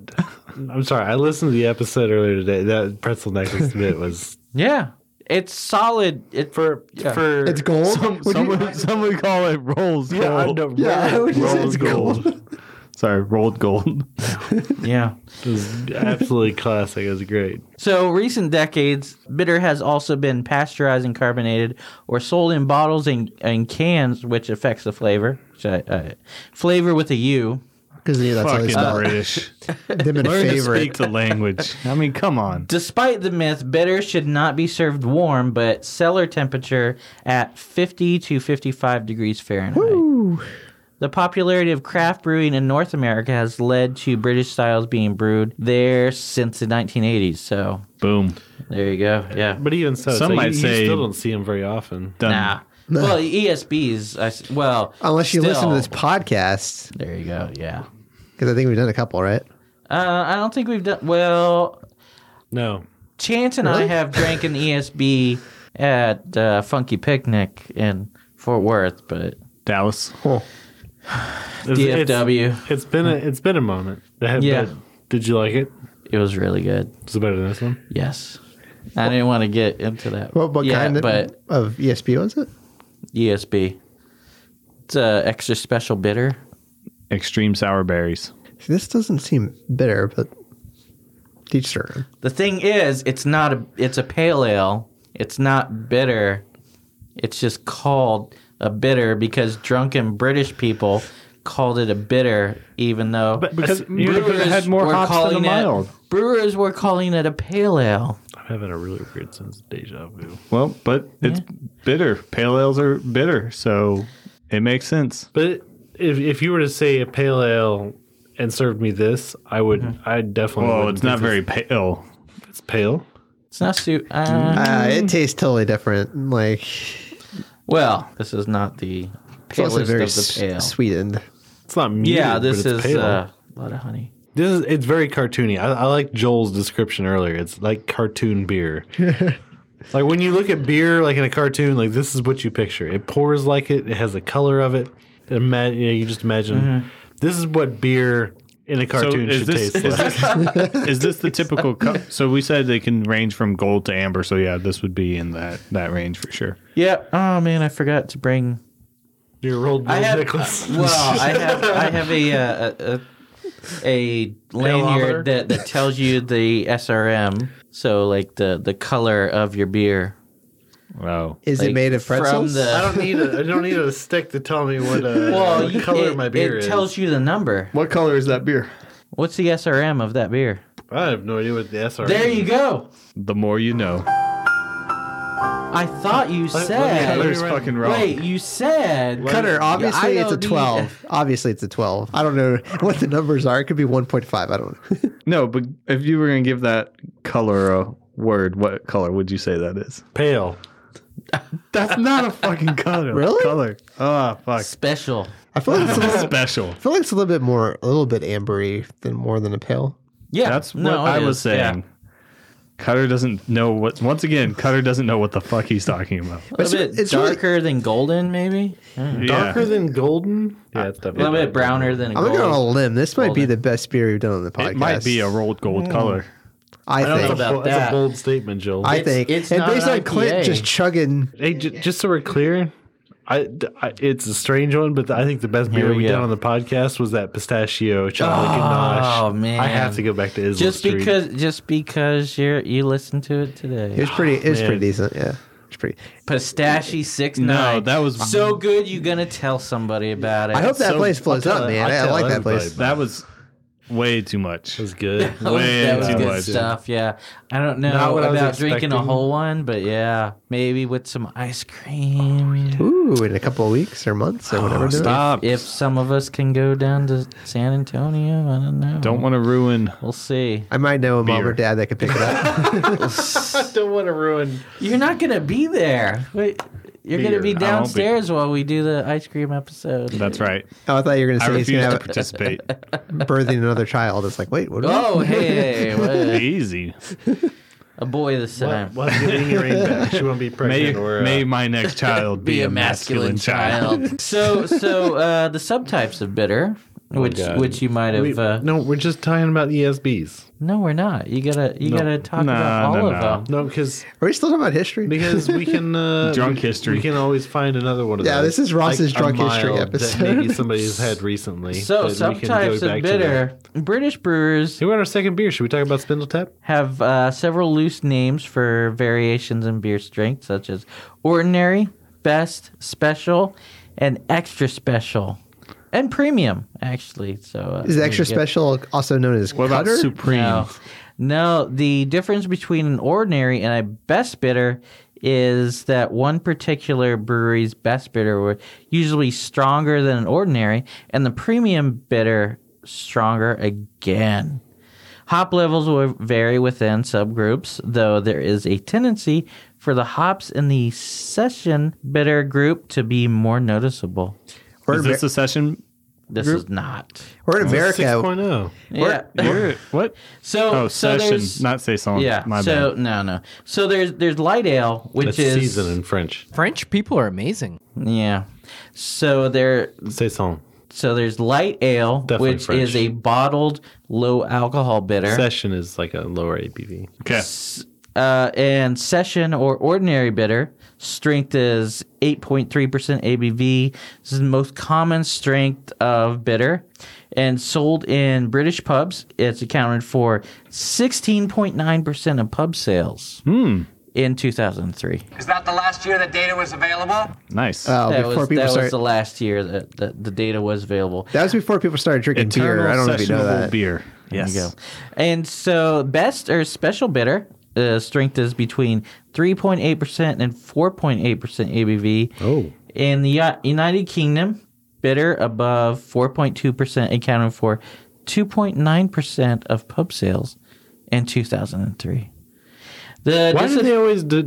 S5: I'm sorry. I listened to the episode earlier today. That pretzel necklace bit was
S4: yeah it's solid it
S5: for
S4: Yeah.
S5: for
S6: It's gold.
S1: Some,
S6: Would you-
S1: some, would, some would call it rolls
S5: Yeah, I
S1: gold.
S5: know,
S6: yeah, I would say it's
S1: rolled
S6: gold.
S1: gold. Sorry, rolled gold.
S4: yeah
S5: It was absolutely classic. It was great.
S4: So, recent decades, bitter has also been pasteurized and carbonated or sold in bottles and, and cans, which affects the flavor. Which I, I, flavor with a U.
S6: Because yeah, that's how
S1: Fucking
S6: they spell it.
S1: British.
S6: Them in
S1: Learn to
S6: favorite.
S1: speak the language. I mean, come on.
S4: Despite the myth, bitter should not be served warm, but cellar temperature at 50 to 55 degrees Fahrenheit. The popularity of craft brewing in North America has led to British styles being brewed there since the 1980s. So,
S1: Boom.
S4: there you go. Yeah.
S5: But even so,
S1: Some
S5: so
S1: might
S5: you,
S1: say-
S5: you still don't see them very often.
S1: Done.
S4: Nah. Well, ESBs. I s well,
S6: Unless you listen
S4: still-
S6: to this podcast,
S4: There you go. Yeah.
S6: because I think we've done a couple, right?
S4: Uh, I don't think we've done well.
S5: No.
S4: Chance and I have drank an ESB at uh, Funky Picnic in Fort Worth, but
S1: Dallas.
S5: It's- it's-
S4: DFW.
S5: it's been a it's been a moment. That-
S4: Yeah.
S5: that- did you like it?
S4: it was really good.
S5: Was it better than this one?
S4: Yes. I didn't want to get into that.
S6: What, what
S4: yet,
S6: kind of,
S4: But
S6: of ESP was it?
S4: ESB. It's a extra special bitter.
S1: Extreme sour berries.
S6: See, this doesn't seem bitter, but each serve.
S4: The thing is, it's not a. It's a pale ale. It's not bitter. It's just called a bitter because drunken British people called it a bitter, even though
S1: Because it had more
S4: were
S1: hops than a
S4: calling it-
S1: mild.
S4: Brewers were calling it a pale ale.
S5: I'm having a really weird sense of deja vu.
S1: Well, but it's bitter. Pale ales are bitter, so it makes sense.
S5: But if if you were to say a pale ale and served me this, I would
S4: Mm-hmm.
S5: I definitely.
S1: Well,
S5: wouldn't
S1: it's not
S5: think
S1: very pale.
S5: It's, it's pale.
S4: It's not su-
S1: Mm.
S4: uh,
S6: Uh, it tastes totally different. Like
S4: well. This is not the
S6: it's also
S4: palest
S6: very
S4: of the
S6: s-
S4: pale.
S6: sweetened.
S5: It's not muted,
S4: Yeah, this
S5: but it's
S4: is
S5: pale.
S4: uh, a lot of honey.
S5: this is it's very cartoony. I, I like Joel's description earlier. It's like cartoon beer. like when you look at beer like in a cartoon, like this is what you picture. It pours like it. It has the color of it. Imagine you, know, you just imagine
S4: Mm-hmm.
S5: this is what beer in a
S1: So
S5: cartoon
S1: is
S5: should
S1: this,
S5: taste
S1: is,
S5: like.
S1: this, is this the typical cup? So we said they can range from gold to amber. So yeah, this would be in that that range for sure.
S4: Yeah. Oh man, I forgot to bring
S5: Your rolled
S4: I have
S5: necklace.
S4: uh, well, I have I have a uh, a, a, a lanyard that, that tells you the SRM, so like the the color of your beer.
S1: Wow.
S6: Is it
S4: Like,
S6: made of
S4: from
S6: pretzels?
S4: the-
S5: I don't need a I don't need a stick to tell me what, uh,
S4: Well,
S5: what
S4: you,
S5: color
S4: it,
S5: my beer
S4: it
S5: is.
S4: tells you the number.
S1: What color is that beer?
S4: What's the SRM of that beer?
S5: I have no idea what the SRE.
S4: There you
S5: is.
S4: go.
S1: The more you know.
S4: I thought you
S5: Let- let me-
S4: said.
S5: let me
S1: Cutter's
S5: run.
S1: fucking wrong.
S4: Wait, you said.
S6: Cutter, obviously
S4: I
S6: it's a
S4: don't need-
S6: 12. Obviously it's a 12. I don't know what the numbers are. It could be 1.5. I don't know.
S1: No, but if you were going to give that color a word, what color would you say that is?
S5: Pale.
S1: That's not a fucking color.
S6: Really?
S1: Color. Oh, fuck.
S4: Special.
S6: I feel like it's a little, I
S1: Special.
S6: feel like it's a little bit more, a little bit ambery than more than a pale.
S4: Yeah,
S1: That's what
S4: no, it
S1: I
S4: is.
S1: was saying.
S4: Yeah.
S1: Cutter doesn't know what. Once again, Cutter doesn't know what the fuck he's talking about.
S4: A little
S6: it's-
S4: bit
S6: it's really-
S4: darker than golden, maybe.
S5: Darker
S1: yeah.
S5: than golden? Yeah, it's
S4: A little
S5: definitely.
S4: bit browner than.
S6: I'm
S4: gold.
S6: gonna go on a limb. This might be
S4: Golden.
S6: the best beer we've done on the podcast.
S1: It might be a rolled gold color.
S6: I
S4: don't
S5: That's,
S6: think.
S5: a,
S4: know about
S5: bo- that's
S4: that.
S5: a bold statement, Joel.
S6: I
S4: It's-
S6: think.
S4: it's
S6: and
S4: not
S6: based
S4: an
S6: on Clint
S4: IPA.
S6: just chugging,
S5: hey, j- just so we're clear, I, d- I- it's a strange one, but I think the best
S4: Here
S5: beer
S4: we
S5: we
S4: go.
S5: did on the podcast was that pistachio chocolate ganache.
S4: Oh, man.
S5: I have to go back to Isla
S4: Just
S5: Street.
S4: because, just because you are you listen to it today.
S6: it was pretty. It was
S5: man.
S6: pretty decent. Yeah, it's pretty.
S4: Pistache six
S1: No,
S4: nine.
S1: that was
S4: so good. You're gonna tell somebody about it.
S6: I hope that
S1: so-
S6: place blows
S5: I'll
S6: up,
S5: tell-
S6: man.
S5: I'll
S6: I, I
S5: tell
S6: like that
S5: everybody.
S6: place.
S1: That was way too much.
S5: It was good.
S4: That was-
S1: way
S4: that was
S1: too
S4: good
S1: much.
S4: stuff. Yeah, I don't
S5: Not
S4: know
S5: what I was
S4: about drinking a
S5: expecting.
S4: whole one, but yeah, maybe with some ice cream.
S6: Ooh, in a couple of weeks or months or whatever. dude.
S1: Stop.
S4: If some of us can go down to San Antonio, I don't know.
S1: Don't want to ruin.
S4: We'll see.
S6: I might know a mom
S1: Beer.
S6: or dad that could pick it up.
S5: I don't want to ruin.
S4: You're not gonna be there. Wait, you're
S5: Beer.
S4: gonna be
S5: I won't
S1: be-
S4: downstairs while we do the ice cream episode.
S1: That's right.
S6: oh, I thought you were gonna
S1: I
S6: say he's
S1: refuse
S6: gonna
S1: to
S6: have
S1: participate.
S6: birthing another child. It's like, wait, what?
S4: Oh, hey, what-
S1: Easy.
S4: a boy this time.
S5: What, what, getting your ring back. She won't be
S1: May,
S5: pregnant or uh,
S1: may my next child be, a masculine, child.
S4: so, so uh, the subtypes of bitter, which
S5: God.
S4: which you might have.
S5: we-
S4: uh, no.
S5: no, we're just talking about E ESBs.
S4: we're not. You gotta you gotta talk
S1: Nah,
S4: about all
S1: no,
S4: of
S1: no.
S4: them.
S5: No, because
S6: Are we still talking about history?
S5: because we can uh,
S1: Drunk
S5: we-
S1: history.
S5: We can always find another one of
S6: Yeah,
S5: those.
S6: this is Ross's
S5: a
S6: drunk history
S5: mild
S6: episode.
S5: that maybe somebody's had recently.
S4: So
S5: but we can go
S4: subtypes
S5: back
S4: of
S5: to that.
S4: bitter. British brewers
S5: Hey, we're on our second beer. Should we talk about Spindle Tap?
S4: have uh, several loose names for variations in beer strength, such as ordinary, best, special, and extra special, and premium. Actually, so uh,
S6: Is the extra
S4: you get-
S6: special also known as
S1: What about
S6: cutter?
S1: Supreme?
S4: No. No, the difference between an ordinary and a best bitter is that one particular brewery's best bitter were usually stronger than an ordinary, and the premium bitter stronger again. Hop levels will vary within subgroups, though there is a tendency for the hops in the session bitter group to be more noticeable.
S6: We're,
S1: Is
S6: in Amer-
S1: this a session?
S4: This is not.
S6: we're in America. uh,
S5: 6.0.
S4: Yeah.
S1: You're- what?
S4: So,
S1: Oh,
S4: so
S1: session,
S4: there's-
S1: not saison.
S4: Yeah.
S1: my
S4: so
S1: bad.
S4: no, no. So there's there's light ale, which
S5: That's
S4: is
S5: season in French.
S7: French people are amazing.
S4: yeah. So there
S5: Saison.
S4: so there's light ale,
S5: Definitely
S4: which
S5: French.
S4: is a bottled low alcohol bitter,
S5: Session is like a lower ABV.
S1: Okay.
S4: uh, and session or ordinary bitter. Strength is 8.3% ABV. This is the most common strength of bitter, and sold in British pubs. It's accounted for 16.9% of pub sales in 2003.
S8: Is that the last year that data was available?
S1: Nice.
S5: Uh,
S6: Oh,
S4: that
S6: before
S4: was,
S6: people
S4: that was
S6: started,
S4: the last year that, that the data was available.
S6: that was before people started drinking
S1: Eternal
S6: beer. I don't know if you know
S1: sessionable
S6: that.
S1: Beer.
S4: There
S1: Yes.
S4: you go. And so, best or special bitter uh, strength is between 3.8% and 4.8% ABV.
S5: Oh.
S4: In the U- United Kingdom, bitter above 4.2% accounted for 2.9% of pub sales in 2003. The
S5: Why do
S4: dis-
S5: they always do,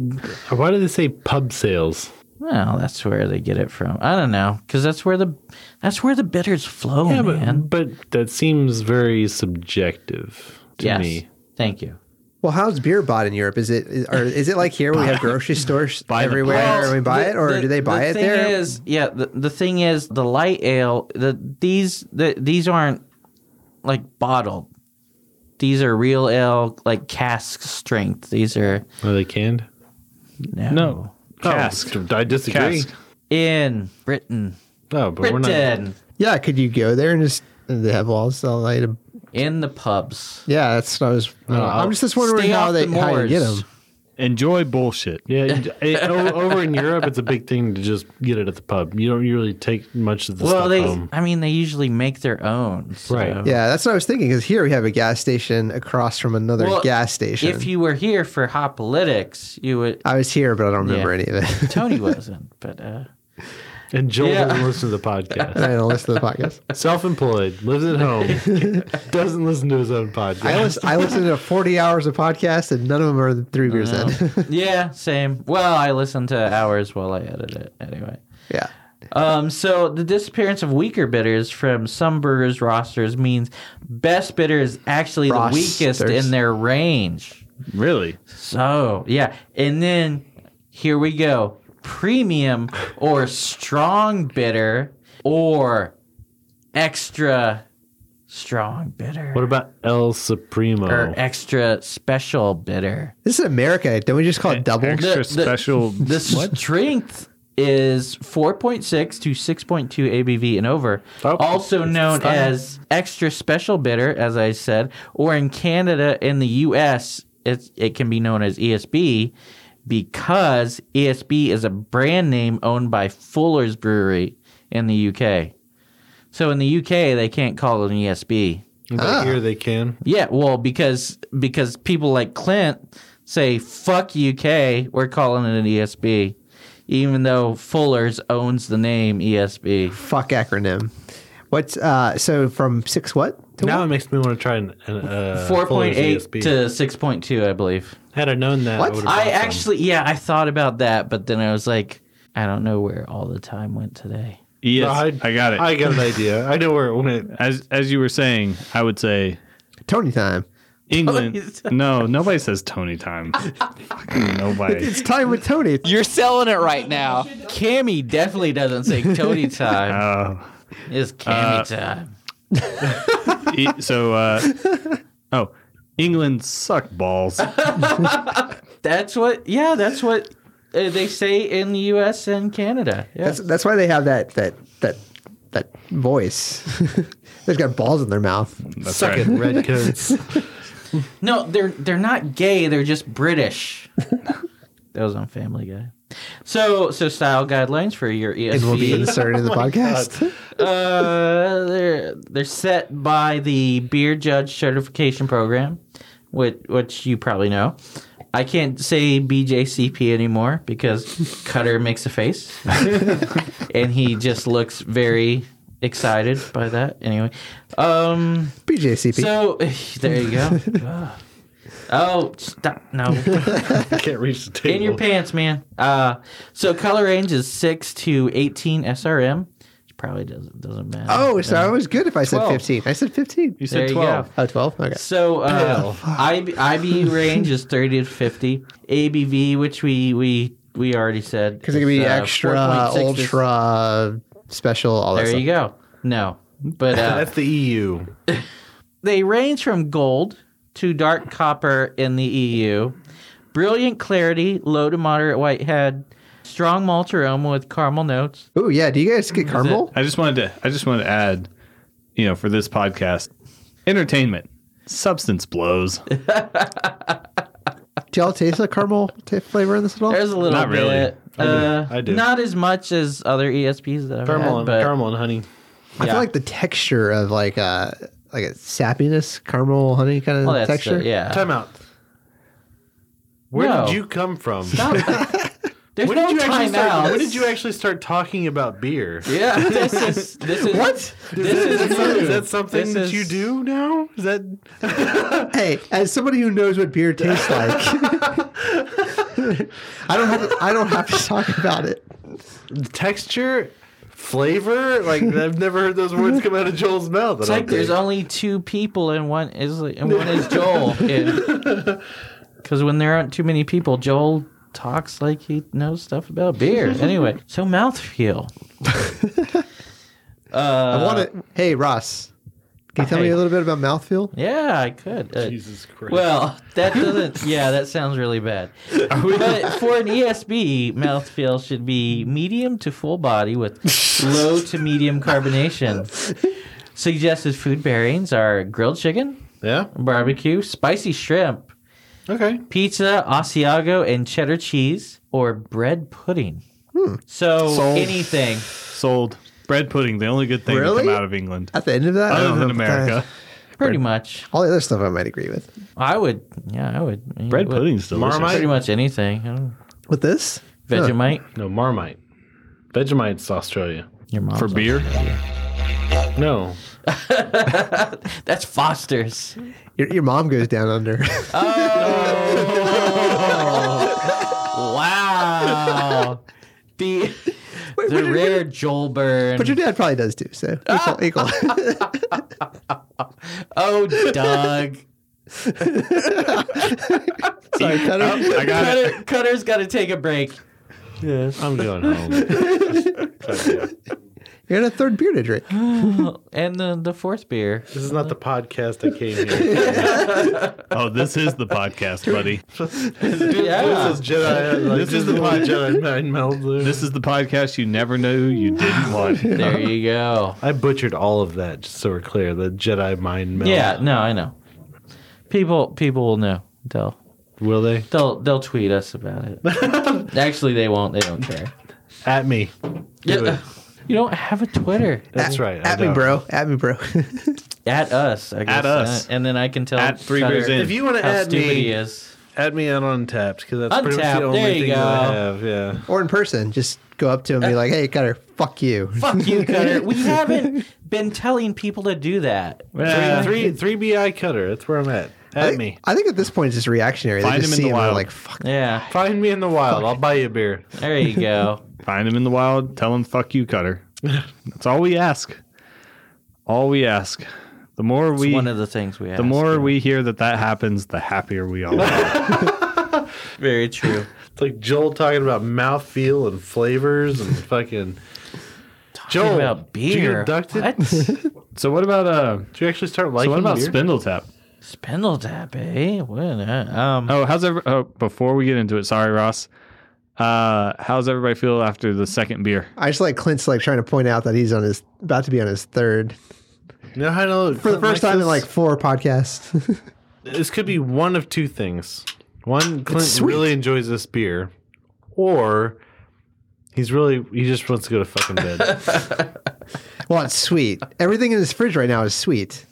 S5: Why do they say pub sales?
S4: well, that's where they get it from. I don't know, because that's where the that's where the bitters flow,
S5: Yeah,
S4: Oh, man.
S5: but, but that seems very subjective to
S4: yes,
S5: me.
S4: thank you.
S6: Well, how's beer bought in Europe? Is it is- or is it like here we have grocery stores
S1: the
S6: everywhere
S4: Well,
S6: and we buy
S4: the-
S6: it, or
S4: the-
S6: do they buy
S4: the
S6: it
S4: thing
S6: there?
S4: Is, yeah, the, the thing is, the light ale, the these the, these aren't like bottled. These are real ale, like cask strength. These are
S5: Are they canned?
S4: no.
S1: Cask.
S5: Oh, I disagree.
S1: Cask.
S4: in Britain,
S5: No, but we're not.
S4: Britain,
S6: yeah, could you go there and just they have walls all night?
S4: in the pubs.
S6: Yeah, that's what I was. I'm just just wondering
S4: Stay
S6: how
S4: off
S6: they
S4: the
S6: how you get
S4: moors.
S6: them.
S1: Enjoy bullshit.
S5: Yeah, it- it- o- over in Europe, it's a big thing to just get it at the pub. You don't really take much of the
S4: well,
S5: stuff
S4: they.
S5: home.
S4: I mean, they usually make their own. so-
S5: Right.
S6: Yeah, that's what I was thinking. Because here we have a gas station across from another
S4: Well,
S6: gas station.
S4: If you were here for Hot Politics, you would.
S6: I was here, but I don't remember
S4: Yeah.
S6: any of it.
S4: Tony wasn't, but uh,
S5: And Joel
S4: Yeah.
S5: doesn't listen to the podcast.
S6: I don't listen to the podcast.
S5: Self-employed, lives at home, doesn't listen to his own podcast.
S6: I listen, I listen to 40 hours of podcasts, and none of them are three beers in.
S4: yeah, same. Well, I listen to hours while I edit it anyway.
S6: yeah.
S4: Um, so the disappearance of weaker bidders from some burgers rosters means best bidder is actually
S6: Rosters.
S4: the weakest in their range.
S1: Really?
S4: So yeah, and then here we go: premium or strong bidder or extra strong bidder
S5: What about El Supremo?
S4: or extra special bidder.
S6: This is America. Don't we just call it double?
S1: Extra
S4: The- the-
S1: special.
S4: The strength is 4.6 to 6.2 ABV and over,
S5: Oh,
S4: also
S5: it's
S4: known
S5: fine.
S4: as extra special bitter, as I said, or in Canada and the U.S., it, it can be known as ESB because ESB is a brand name owned by Fuller's Brewery in the U.K. So in the U.K., they can't call it an E ESB.
S5: But
S4: ah.
S5: here they can.
S4: Yeah, well, because because people like Clint say fuck UK, we're calling it an ESB, even though Fuller's owns the name E ESB.
S6: Fuck acronym. What's uh? So from six what? To
S5: Now
S6: what?
S5: it makes me want to try an, an uh,
S4: Four point eight
S5: Fuller's ESB.
S4: to six point two, I believe.
S5: Had I known that,
S6: What?
S5: I, would've
S4: I
S5: bought some.
S4: actually, yeah, I thought about that, but then I was like, I don't know where all the time went today.
S1: Yes,
S5: I-
S1: I, got it.
S5: I got an idea. I know where it went.
S1: as as you were saying, I would say
S6: Tony time.
S1: England. no, nobody says Tony time. Fucking nobody.
S6: It's time with Tony.
S7: You're selling it right now.
S4: Cammy definitely doesn't say Cody time.
S1: Uh,
S4: It's Cammy time.
S1: e- so, uh, oh, England suck balls.
S4: That's what. Yeah, that's what uh, they say in the U.S. and Canada. Yeah.
S6: That's that's why they have that that that that voice. They've got balls in their mouth.
S1: That's
S5: Suck
S1: right.
S5: it, redcoats.
S4: No, they're they're not gay. They're just British. that was on Family Guy. So so style guidelines for your E
S6: It Oh will be
S4: ESV.
S6: inserted in the podcast.
S4: uh, they're they're set by the beer judge certification program, which which you probably know. I can't say BJCP anymore because Cutter makes a face, and he just looks very excited by that. Anyway, um.
S6: BJCP.
S4: So there you go. Ugh. oh, stop! No,
S5: Can't reach the table.
S4: in your pants, man. Uh, so color range is six to eighteen SRM. Which probably doesn't doesn't matter.
S6: oh, so I was good if I said
S4: 12.
S6: 15. I said 15.
S1: You
S4: there
S1: said
S4: you
S1: 12.
S4: go.
S6: Oh, 12? Okay.
S4: So uh, IB, IBU range is thirty to fifty. ABV, which we we we already said,
S6: Because it could be
S4: is, uh,
S6: extra,
S4: 4.6 to-
S6: ultra, special, all that
S4: There
S6: stuff.
S4: you go. No, but uh,
S5: That's the E EU.
S4: they range from gold to dark copper in the EU. Brilliant clarity, low to moderate white head, strong malt aroma with caramel notes.
S6: Oh, yeah. Do you guys get caramel?
S1: I just wanted to. I just wanted to add, you know, for this podcast, entertainment, substance blows.
S6: Do y'all taste the caramel t- flavor in this at all?
S4: There's a little
S1: Not really.
S4: bit. Uh,
S5: I do.
S4: Not as much as other ESPs that I've
S5: Caramel,
S4: had,
S5: and,
S4: but
S5: caramel and honey.
S6: I
S4: yeah.
S6: feel like the texture of like a, like a sappiness, caramel, honey kind of
S4: well, Oh, that's
S6: texture.
S4: the- yeah.
S5: Time out. Where
S4: Uh, No.
S5: did you come from?
S4: There's
S5: When
S4: no
S5: did, you actually
S4: time
S5: start,
S4: out.
S5: when did you actually start talking about beer?
S4: Yeah, this is this is
S6: What?
S4: This
S5: Is
S4: is
S5: that- is
S4: new.
S5: that something
S4: This
S5: that
S4: is-
S5: you do now? Is that
S6: Hey, as somebody who knows what beer tastes like, I don't have to, I don't have to talk about it.
S5: texture, flavor? Like I've never heard those words come out of Joel's mouth.
S4: It's like there's only two people, and one is like- and one is Joel. Because when there aren't too many people, Joel talks like he knows stuff about beer. Anyway, so mouthfeel.
S6: I want to. Hey, Ross, can you tell me
S4: Uh, Hey.
S6: a little bit about mouthfeel?
S4: Yeah, I could. Uh,
S5: Jesus Christ.
S4: Well, that doesn't. Yeah, that sounds really bad. But for an E ESB, mouthfeel should be medium to full body with low to medium carbonation. Suggested food pairings are grilled chicken,
S5: yeah.
S4: barbecue, spicy shrimp,
S5: Okay.
S4: pizza, Asiago, and cheddar cheese, or bread pudding. So
S1: Sold.
S4: anything.
S1: Sold bread pudding, the only good thing
S6: Really?
S1: to come out of England,
S6: At the end of that, I
S1: other
S6: don't
S1: than
S6: know if
S1: America.
S6: I-
S4: Pretty much.
S6: all the other stuff I might agree with.
S4: I would, yeah, I would.
S1: Bread
S4: I would-
S1: pudding's delicious.
S5: Marmite?
S4: Pretty much anything. I don't-
S6: With this,
S4: Vegemite.
S5: No, Marmite. Vegemite's Australia.
S4: Your mom.
S1: for beer.
S5: No.
S4: That's Foster's.
S6: your, your mom goes down under.
S4: Oh, Wow. the the rare Joel Byrne.
S6: but your dad probably does too. So equal, equal.
S4: oh, Doug.
S6: Sorry,
S4: Oh.
S6: Cutter.
S1: I got it.
S4: Cutter, Cutter's got to take a break.
S5: I'm going home.
S6: You got a third beer to drink.
S4: And the, the fourth beer.
S5: This is not the podcast I came here.
S1: Oh, this is the podcast, buddy.
S4: Yeah.
S5: This is Jedi. Like, this is the pod Jedi mind meld.
S1: This is the podcast you never knew you didn't want.
S4: There you go.
S5: I butchered all of that, just so we're clear. The Jedi mind meld.
S4: Yeah, no, I know. People people will know. They'll
S5: Will they?
S4: they'll they'll tweet us about it. Actually, they won't. They don't care.
S5: At me. Do it.
S4: You don't have a Twitter
S5: That's right. I
S6: At me,
S5: don't.
S6: bro. At me, bro.
S4: at us. I guess,
S1: us.
S4: uh, and then I can tell
S1: At three
S4: Cutter
S1: beers in.
S5: If you want to
S4: how
S5: add
S4: stupid he
S5: me,
S4: is.
S5: add me on Untapped because that's pretty much
S4: Untapped,
S5: the only
S4: there you
S5: thing that
S4: go.
S5: I have. Yeah.
S6: or in person, just go up to him and be like, "Hey, Cutter, fuck you."
S4: Fuck you, Cutter. We haven't been telling people to do that.
S5: Three, three, three bi cutter. That's where I'm at.
S6: I
S5: At
S6: think,
S5: me.
S6: I think at this point it's just reactionary.
S1: Find
S6: they just
S1: him in
S6: see
S1: the
S6: him and they're
S1: wild.
S6: like, "Fuck."
S4: Yeah,
S5: Find me in the wild. I'll buy you a beer.
S4: there you go.
S1: Find him in the wild. Tell him fuck you, Cutter. That's all we ask. All we ask. The more
S4: It's
S1: we,
S4: one of the things we.
S1: the more we hear that that happens, the happier we all. are.
S4: very true.
S5: It's like Joel talking about mouthfeel and flavors and fucking. Joel,
S4: about
S5: Did you get
S4: beer.
S5: abducted?
S4: What?
S1: so what about uh?
S5: Did you actually start liking
S1: So what about
S5: beer?
S1: Spindle Tap?
S4: Spindle tap, eh? What? uh, Um,
S1: Oh, how's ever? Oh, before we get into it, sorry, Ross. Uh, how's everybody feel after the second beer?
S6: I just like Clint's like trying to point out that he's on his about to be on his third
S5: You know how I know
S6: for the first time in like
S5: Clint
S6: four podcasts.
S5: likes this? this could be one of two things. One, Clint
S6: sweet.
S5: really enjoys this beer, or he's really he just wants to go to fucking bed.
S6: well, it's sweet. Everything in his fridge right now is sweet.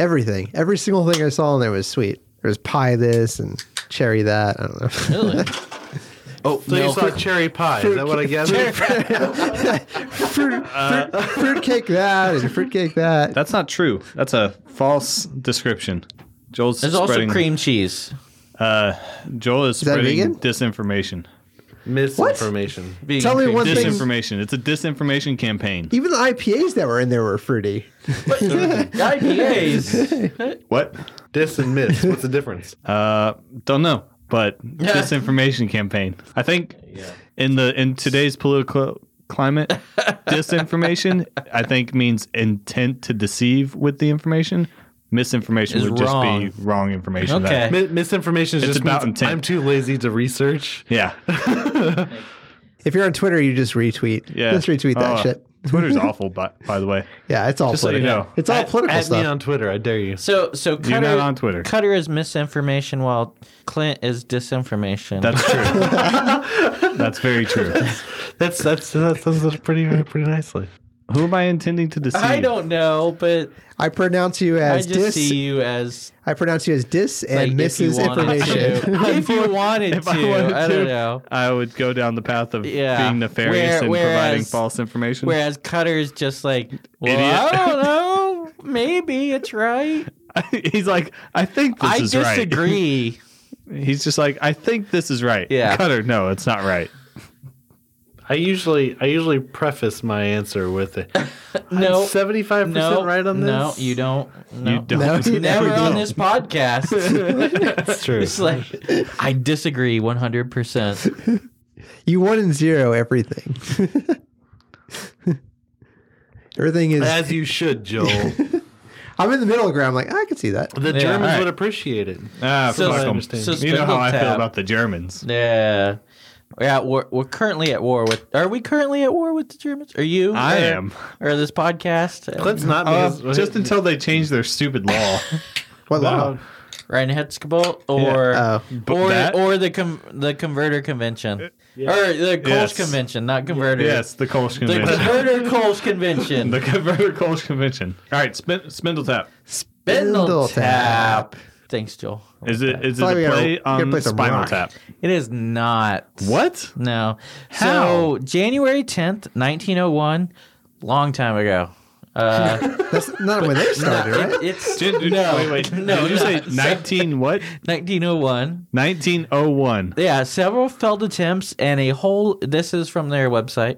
S6: Everything, every single thing I saw in there was sweet. There was pie this and cherry that. I don't know.
S4: really?
S5: oh, so you saw cherry pie? Is that what I gathered?
S6: fruit, fruit, fruit cake that and fruit cake that.
S1: That's not true. That's a false description. Joel's
S4: There's also
S1: spreading,
S4: cream cheese.
S1: Joel is,
S6: that
S1: spreading
S6: vegan?
S1: disinformation.
S5: Misinformation.
S4: Vegan
S6: Tell me
S4: cream
S6: one
S4: cheese.
S6: thing-
S1: Disinformation. It's a disinformation campaign.
S6: Even the IPAs that were in there were fruity.
S4: IPAs.
S1: What?
S5: Dis and miss. What's the difference?
S1: Uh, don't know, but disinformation campaign. I think in the in today's political climate, disinformation I think means intent to deceive with the information. Misinformation
S4: Is
S1: would
S4: wrong.
S1: just be wrong information.
S4: Okay.
S5: Mi- misinformation is
S1: It's
S5: just
S1: about
S5: means
S1: intent.
S5: I'm too lazy to research.
S1: yeah.
S6: If you're on Twitter, you just retweet.
S1: Yeah.
S6: Just retweet that
S1: Oh,
S6: shit.
S1: Twitter's awful, but by the way,
S6: Yeah, it's all
S1: Just so you
S6: political.
S1: know.
S6: It's all
S5: At-
S6: political
S5: at
S6: stuff.
S5: me on Twitter. I dare you.
S4: So, so Cutter,
S1: not on Twitter.
S4: Cutter is misinformation, while Clint is disinformation.
S1: that's true. that's very true.
S5: That's that's that's, that's pretty pretty nicely.
S1: Who am I intending to deceive?
S4: I don't know, but
S6: I pronounce you as
S4: I just
S6: dis.
S4: see you as
S6: I pronounce you as dis and
S4: like,
S6: misses
S4: if you wanted
S6: information.
S4: To. if you wanted
S1: If
S4: to,
S1: I
S4: I,
S1: wanted
S4: don't
S1: to,
S4: know.
S1: I would go down the path of
S4: Yeah.
S1: being nefarious and
S4: Where-
S1: providing
S4: whereas-
S1: false information.
S4: Whereas Cutter's just like, well,
S1: Idiot.
S4: I don't know. Maybe it's right.
S1: He's like, I think this
S4: I
S1: is right.
S4: disagree.
S1: He's just like, I think this is right.
S4: Yeah.
S1: Cutter, no, it's not right.
S5: I usually I usually preface my answer with it.
S4: No,
S5: seventy five
S4: no,
S5: percent right on this.
S4: no, you don't. No.
S1: You don't.
S6: No, you
S4: Never
S6: never
S4: on
S6: do.
S4: this podcast.
S5: That's true.
S4: it's like I disagree one hundred percent.
S6: You one and zero everything. everything is.
S5: As you should, Joel. The
S6: I'm in the middle ground. Like "Ah, I can see that.
S5: Germans
S1: right.
S5: would appreciate it.
S1: Ah,
S4: So-
S1: fuck
S5: I
S1: 'em.
S5: understand.
S4: So
S1: You know how I feel
S4: Spindletap-
S1: about the Germans.
S4: Yeah. We're at war. We're currently at war with. Are we currently at war with the Germans? Are you?
S1: I
S4: Or-
S1: am.
S4: Or this podcast?
S5: Clint's not
S1: Uh,
S5: because
S1: just until they change their stupid law.
S6: What
S5: No.
S6: law?
S4: Reinheitsgebot or
S6: Yeah.
S1: Oh.
S4: or
S1: That- Uh,
S4: or the com- the converter convention or the Kolsch
S1: Yes.
S4: convention, not converter.
S1: Yes, the Kolsch
S4: The
S1: convention.
S4: converter Kolsch convention.
S1: the converter Kolsch convention. All right, spin, spindle tap.
S4: Spindle
S6: Spindle
S4: tap.
S6: tap.
S4: Thanks, Joel.
S1: Is it is it
S6: Probably
S1: a
S6: gotta-
S1: play
S6: gotta
S1: on
S6: play some
S1: Spinal
S6: rock.
S1: Tap?
S4: It is not.
S1: What?
S4: No.
S1: How?
S4: So January tenth, nineteen oh one, long time ago. Uh,
S6: That's not when they started, right?
S4: it- it's
S1: Did, did-
S4: no,
S1: wait, wait.
S4: no,
S1: Did you say
S4: not.
S1: 19 what?
S4: 1901.
S1: 1901.
S4: Yeah, several failed attempts and a whole. This is from their website.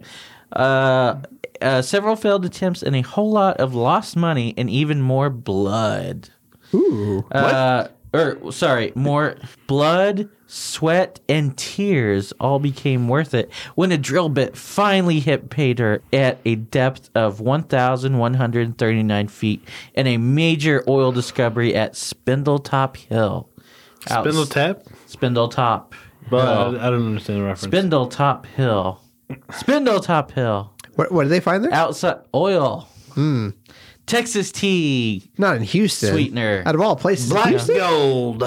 S4: Uh, uh, several failed attempts and a whole lot of lost money and even more blood. Ooh. Uh, or sorry, more blood, sweat, and tears all became worth it when a drill bit finally hit pay dirt at a depth of 1,139 feet and a major oil discovery at Spindletop Hill. Out-
S5: Spindle tap?
S4: Spindle Top.
S5: But
S4: Hill.
S5: I don't understand the reference.
S4: Spindle Top Hill. Spindle Top Hill.
S6: What, what did they find there?
S4: Outside oil. Texas tea
S6: Not in Houston.
S4: Sweetener.
S6: Out of all places, in Houston.
S5: gold.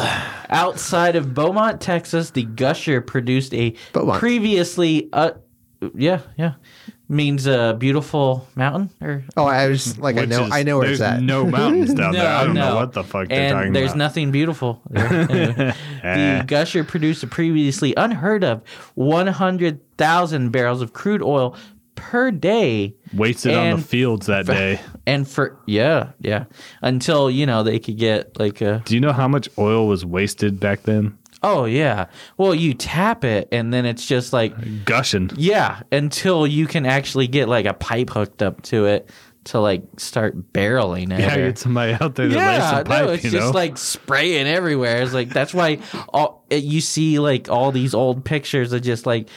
S4: outside of Beaumont, Texas. The gusher produced a
S6: Beaumont.
S4: previously, uh, yeah, yeah, means a beautiful mountain or
S6: Oh, I was like, I
S1: Which
S6: know,
S1: is-
S6: I know where it's
S1: there's
S6: at.
S1: No mountains down there. I don't
S4: no.
S1: know what the fuck they're
S4: and
S1: talking
S4: there's
S1: about. Eh.
S4: nothing beautiful. there. Anyway. the gusher produced a previously unheard of 100,000 barrels of crude oil per day.
S1: Wasted on the
S4: and-
S1: fields that day.
S4: and for yeah yeah until you know they could get like a
S1: Do you know how much oil was wasted back then?
S4: oh yeah well you tap it and then it's just like
S1: Gushing.
S4: yeah until you can actually get like a pipe hooked up to it to like start barreling it
S1: Yeah,
S4: or-
S1: get somebody out there to lay some pipe,
S4: no, it's
S1: you know?
S4: just like spraying everywhere. It's like that's why all it- you see like all these old pictures of just like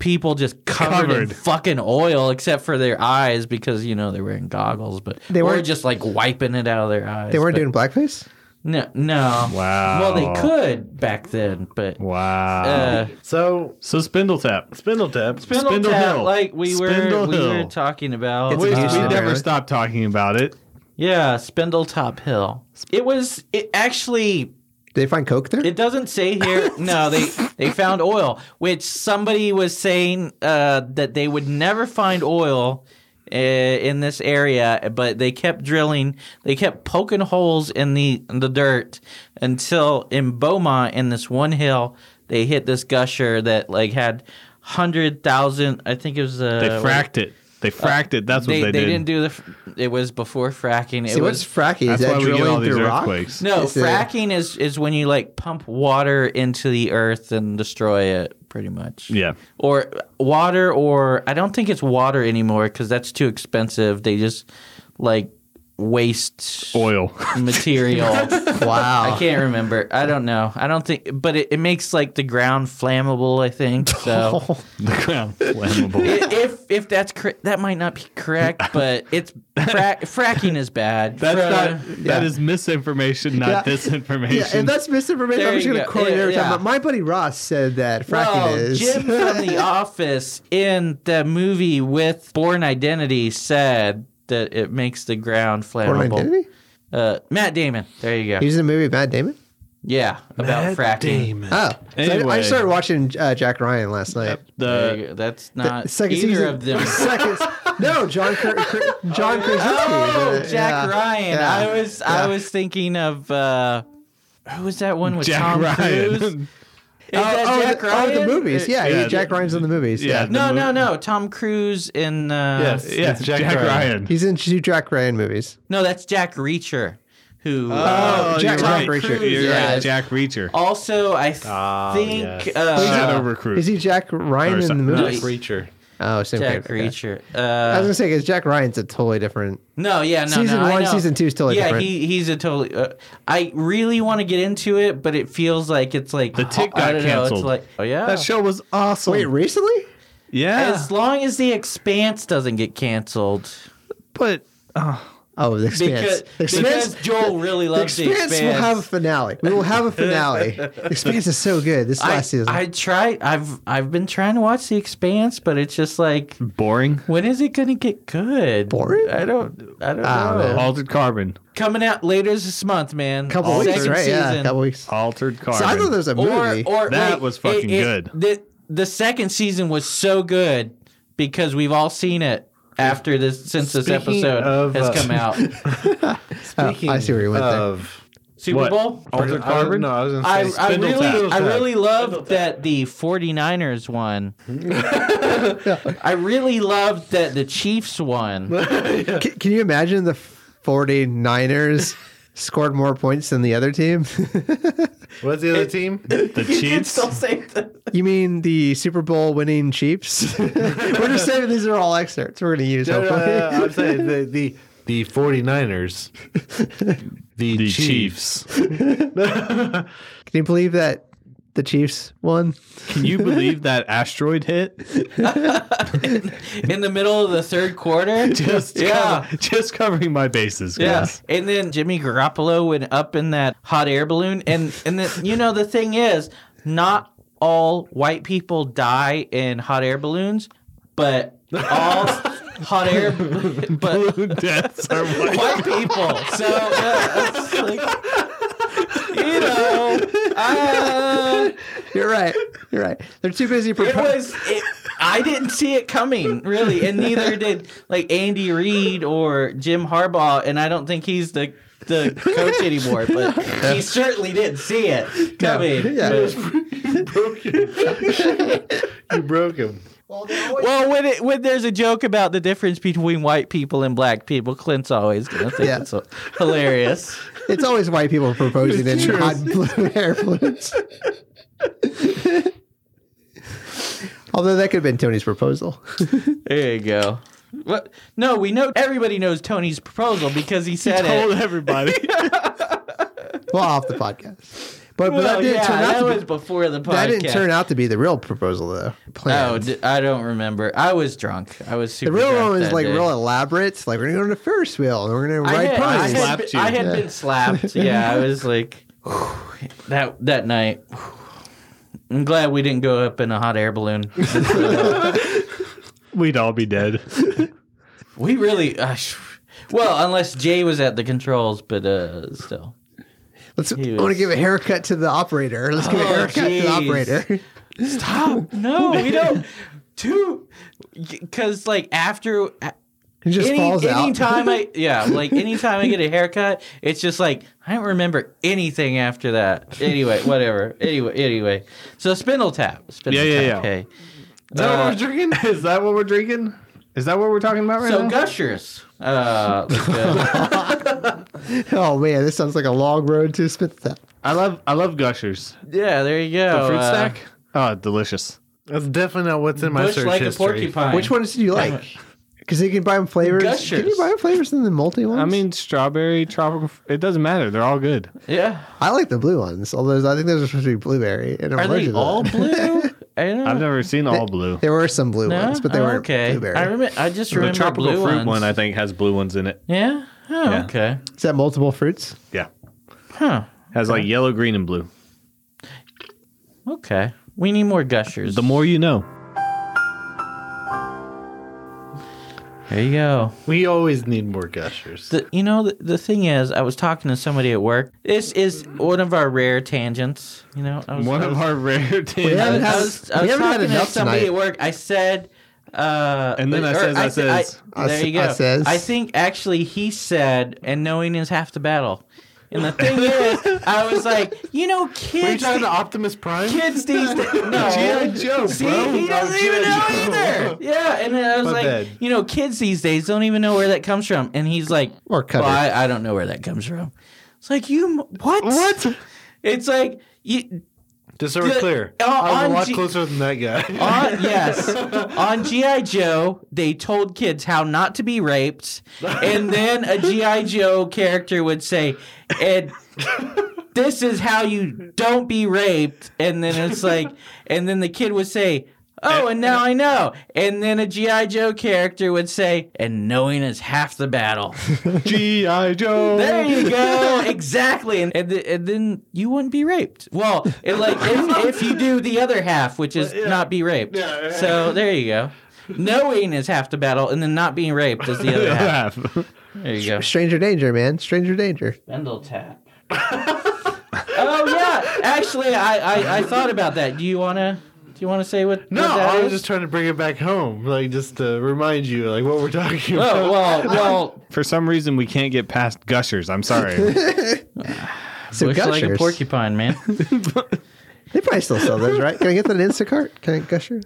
S4: people just covered, in
S1: Covered.
S4: fucking oil, except for their eyes because you know they were in goggles, but
S6: They
S4: they were
S6: weren't-
S4: just like wiping it out of their eyes.
S6: They weren't
S4: but-
S6: doing blackface.
S4: no, no.
S1: Wow.
S4: Well, they could back then, but
S1: Wow.
S4: uh,
S5: So,
S1: so spindle tap.
S5: spindle tap.
S4: Spindle,
S1: Spindle
S4: Tap,
S1: Hill.
S4: like we were
S1: Spindle
S4: we were
S1: Hill.
S4: talking about.
S6: It's
S1: We,
S6: Uh,
S1: we
S6: Houston,
S1: never
S6: apparently.
S1: stop talking about it.
S4: yeah, Spindle Top Hill. It was it actually
S6: Did they find coke there?
S4: It doesn't say here. No, they they found oil, which somebody was saying uh, that they would never find oil uh, in this area, but they kept drilling. They kept poking holes in the in the dirt until in Beaumont, in this one hill, they hit this gusher that like had hundred thousand. I think it was. Uh,
S1: They fracked it. They fracked it. That's what
S4: They,
S1: they,
S4: they,
S1: did.
S4: didn't do the. fr- It was before fracking.
S6: See,
S4: it
S6: what's
S4: was
S6: fracking? Is
S1: That's
S6: that
S1: why we
S6: drilling
S1: get all these
S6: through
S1: earthquakes.
S4: no,
S6: It's a-
S4: fracking is is when you like pump water into the earth and destroy it, pretty much.
S1: Yeah.
S4: Or water, or I don't think it's water anymore because that's too expensive. They just like waste
S1: Oil.
S4: material.
S6: rock? Wow.
S4: I can't remember. I don't know. I don't think, but it, it makes like the ground flammable. I think so.
S1: the ground flammable.
S4: I- if if that's cor- that might not be correct, but it's frac- fracking is bad.
S1: That's
S4: Fra-
S1: not. That is misinformation, not
S6: Yeah.
S1: disinformation.
S6: Yeah, and that's misinformation.
S4: There
S6: I'm just
S4: you
S6: going
S4: go.
S6: to quote
S4: Yeah,
S6: it every
S4: yeah.
S6: time. But my buddy Ross said that fracking
S4: Well,
S6: is.
S4: Jim from The Office in the movie with Born Identity said that it makes the ground
S6: Born
S4: flammable.
S6: Identity?
S4: Uh, Matt Damon. There you go.
S6: He was in a movie with Matt Damon?
S4: yeah, about fracking.
S6: Oh. So I- I,
S1: Anyway.
S6: started watching uh, Jack Ryan last night.
S4: There
S1: the
S4: you go. That's not
S6: second
S4: either
S6: season.
S4: of them.
S6: Second, no, John Kr- Kr- John Krasinski.
S4: Oh, Jack
S6: Yeah.
S4: Ryan.
S6: Yeah.
S4: I was I was thinking of uh, who was that one with
S1: Jack
S4: Tom
S1: Ryan.
S4: Cruise? Is
S6: Oh,
S4: that
S6: oh,
S4: Jack
S6: the,
S4: Ryan?
S6: oh, the movies.
S4: Or-
S6: Yeah, he-
S1: Yeah,
S6: Jack Ryan's in the movies.
S1: yeah.
S6: Yeah.
S4: No,
S1: The mo-
S4: no, no. Tom Cruise in. Uh,
S5: Yes.
S1: Yeah,
S5: It's
S1: Jack, Ryan.
S6: He's in two Jack Ryan movies.
S4: No, that's Jack Reacher. Who?
S6: Oh, Jack
S1: you're right.
S6: Reacher.
S1: You're
S4: yeah.
S1: right. Jack Reacher.
S4: Also, I th-
S6: Ah,
S4: think uh,
S1: Shadow Recruit.
S6: Is he Jack Ryan
S1: Or
S6: in the
S1: something.
S6: movies?
S5: Reacher.
S6: Oh, same
S4: Jack
S6: character. okay.
S4: Reacher.
S6: I was
S4: Uh,
S6: gonna say because Jack Ryan's a totally different.
S4: no, yeah, no,
S6: Season
S4: no, I
S6: one,
S4: know.
S6: season two is totally
S4: yeah,
S6: different.
S4: he he's a totally. Uh, I really want to get into it, but it feels like it's like
S1: The Tick
S4: I
S1: got
S4: don't know,
S1: canceled.
S4: It's like oh yeah.
S1: that show was awesome.
S6: Wait, recently?
S1: yeah,
S4: As long as the Expanse doesn't get canceled,
S1: but
S6: Oh, the expanse.
S4: Because,
S6: the
S4: because
S6: expanse.
S4: Joel really
S6: The
S4: loves the
S6: expanse
S4: expanse.
S6: will have a finale. We will have a finale. the expanse is so good. This
S4: I,
S6: last season.
S4: I try. I've I've been trying to watch The Expanse, but it's just like,
S1: Boring.
S4: when is it gonna get good?
S6: Boring?
S4: I don't. I don't
S6: Ah,
S4: know.
S6: man.
S1: Altered carbon.
S4: Coming out later this month, man.
S6: couple
S4: Second
S6: weeks, right? Yeah,
S4: season.
S6: couple weeks.
S1: Altered carbon.
S6: So I thought there was a movie.
S4: Or, or
S1: That
S4: wait,
S1: was fucking good.
S4: The, the second season was so good because we've all seen it after this since this
S5: Speaking
S4: episode
S5: of,
S4: has
S5: uh,
S4: come out.
S6: Oh, I see where you went there.
S5: of
S4: Super
S1: What?
S4: Bowl.
S1: Altered carbon.
S5: no, I was
S4: I,
S5: gonna say
S4: I
S5: Spindle
S4: really
S5: Tap.
S4: I really loved that the 49ers won. I really loved that the Chiefs won.
S6: Can, can you imagine the 49ers scored more points than the other team?
S5: What's the other team?
S1: the Chiefs.
S4: say that.
S6: you mean the Super Bowl winning Chiefs? We're just saying these are all excerpts we're going to use,
S5: No, no,
S6: hopefully.
S5: no, no, uh, I'm saying the the the 49ers. The,
S1: The
S5: Chiefs.
S1: Chiefs.
S6: Can you believe that the Chiefs won?
S1: Can you believe that asteroid hit?
S4: In the middle of the third quarter.
S1: Just
S4: Yeah.
S1: cover- just covering my bases.
S4: Yeah.
S1: guys.
S4: And then Jimmy Garoppolo went up in that hot air balloon. And and then you know the thing is, not all white people die in hot air balloons, but all hot air but
S1: Deaths are what?
S4: white people. So uh, it's like you know, uh,
S6: You're right. You're right. They're too busy
S4: it
S6: preparing.
S4: was. It, I didn't see it coming, really, and neither did like Andy Reid or Jim Harbaugh, and I don't think he's the the coach anymore. But he certainly didn't see it coming.
S6: Yeah.
S4: But-
S5: You broke him.
S4: well, when it, when there's a joke about the difference between white people and black people, Clint's always gonna think
S6: Yeah.
S4: it's hilarious.
S6: It's always white people proposing in hot blue air balloons. Although that could have been Tony's proposal.
S4: There you go. What? No, we know everybody knows Tony's proposal because he said
S1: Told
S4: it.
S1: everybody.
S6: well, off the podcast. But,
S4: Well,
S6: but that didn't
S4: yeah,
S6: turn out
S4: that
S6: to be,
S4: was before the podcast.
S6: that didn't turn out to be the real proposal
S4: Oh,
S6: though. Planned.
S4: d- I don't remember. I was drunk. I was super.
S6: the real
S4: drunk
S6: one was
S4: that
S6: like
S4: day.
S6: real elaborate. Like we're gonna go on the Ferris wheel and we're gonna
S4: I
S6: ride
S4: had, I
S6: ponies.
S4: had,
S1: Slapped
S4: been-
S1: you.
S4: I had
S6: Yeah.
S4: been slapped. Yeah, I was like that that night. I'm glad we didn't go up in a hot air balloon.
S1: We'd all be dead.
S4: we really, uh, sh- well, unless Jay was at the controls, but uh, still.
S6: Let's.
S4: He
S6: I want
S4: was-
S6: to give a haircut to the operator. Let's give a
S4: Oh,
S6: haircut to
S4: jeez.
S6: the operator.
S4: Stop! No, we don't. Two, because like after
S6: He just
S4: any,
S6: falls out.
S4: anytime I yeah, like anytime I get a haircut, it's just like I don't remember anything after that. Anyway, whatever. Anyway, anyway. So spindle tap. Spindle
S1: Yeah, yeah,
S4: tap.
S1: yeah.
S4: Okay. Uh,
S5: Is that what we're drinking? Is that what we're drinking? Is that what we're talking about right
S4: So
S5: now?
S4: gushers. Uh, that's good.
S6: oh man, this sounds like a long road to Smith Town.
S1: I love I love gushers.
S4: yeah, there you go.
S1: The fruit
S4: Uh,
S1: snack. Oh, delicious.
S5: That's definitely not what's in my
S4: Bush
S5: search
S4: like
S5: history.
S4: a porcupine.
S6: Which ones do you like? Because you can buy them flavors. Can
S4: Uh, Gushers.
S6: you buy them flavors in the multi ones?
S1: I mean, strawberry, tropical. It doesn't matter. They're all good.
S4: Yeah.
S6: I like the blue ones. Although I think those are supposed to be blueberry. And I'm
S4: Are they
S6: allergic to
S4: all
S6: that.
S4: blue? I don't know.
S1: I've never seen all blue.
S6: There were some blue
S4: No?
S6: ones, but they
S4: Oh,
S6: weren't
S4: okay.
S6: blueberry.
S4: I remember. I just
S1: The
S4: remember
S1: tropical
S4: blue
S1: fruit
S4: ones.
S1: one I think has blue ones in it.
S4: yeah. Oh,
S1: Yeah.
S4: okay.
S6: Is that multiple fruits?
S1: Yeah,
S4: Huh.
S1: has like yellow, green, and blue.
S4: Okay. We need more gushers.
S1: The more you know.
S4: there you go.
S5: We always need more gushers.
S4: The, you know, the, the thing is, I was talking to somebody at work. This is one of our rare tangents. You know, I was,
S1: One
S4: I
S1: of
S4: was-
S1: our rare
S6: We
S1: days.
S4: I was,
S6: haven't had,
S4: I was, I
S6: we
S4: was
S6: haven't had
S4: talking to
S6: enough
S4: somebody
S6: tonight.
S4: at work. I said, uh,
S1: And then I
S4: or
S1: says, I
S4: said- I-
S1: says.
S6: I
S4: there
S6: s-
S4: you go.
S6: I says.
S4: I think actually he said, and knowing is half the battle. And the thing is, I was like, you know,
S5: Were you
S4: kids,
S5: talking to Optimus Prime?
S4: kids these days. No,
S5: G.I. Joe,
S4: See,
S5: bro.
S4: he doesn't
S5: Oh,
S4: even know
S5: G.I. Joe.
S4: either. Yeah, and then I was
S5: My
S4: like,
S5: bad.
S4: you know, kids these days don't even know where that comes from. And he's like,
S6: Or
S4: well,
S6: cover.
S4: I, I don't know where that comes from. It's like you m- what? What? It's like you.
S5: Just so we're
S4: The-
S5: clear,
S4: uh,
S5: I was
S4: on
S5: a lot
S4: G-
S5: closer than that guy.
S4: On, yes, on GI Joe, they told kids how not to be raped, and then a GI Joe character would say, "And this is how you don't be raped." And then it's like, and then the kid would say, Oh, and now I know. And then a G.I. Joe character would say, and knowing is half the battle.
S1: G.I. Joe.
S4: There you go. exactly. And, and, th- and then you wouldn't be raped. Well, it, like if, if you do the other half, which is not be raped. So there you go. Knowing is half the battle, and then not being raped is the other half. There you go.
S6: Stranger danger, man. Stranger danger.
S4: Spindle tap. oh yeah, actually, I, I, I thought about that. Do you wanna do you wanna say what?
S5: No,
S4: what that
S5: I was
S4: is?
S5: just trying to bring it back home, like just to remind you, like what we're talking about.
S4: Oh well, well.
S1: For some reason, we can't get past gushers. I'm sorry.
S6: So
S4: Looks
S6: gushers.
S4: like a porcupine, man.
S6: They probably still sell those, right? Can I get that in Instacart? Can I gusher?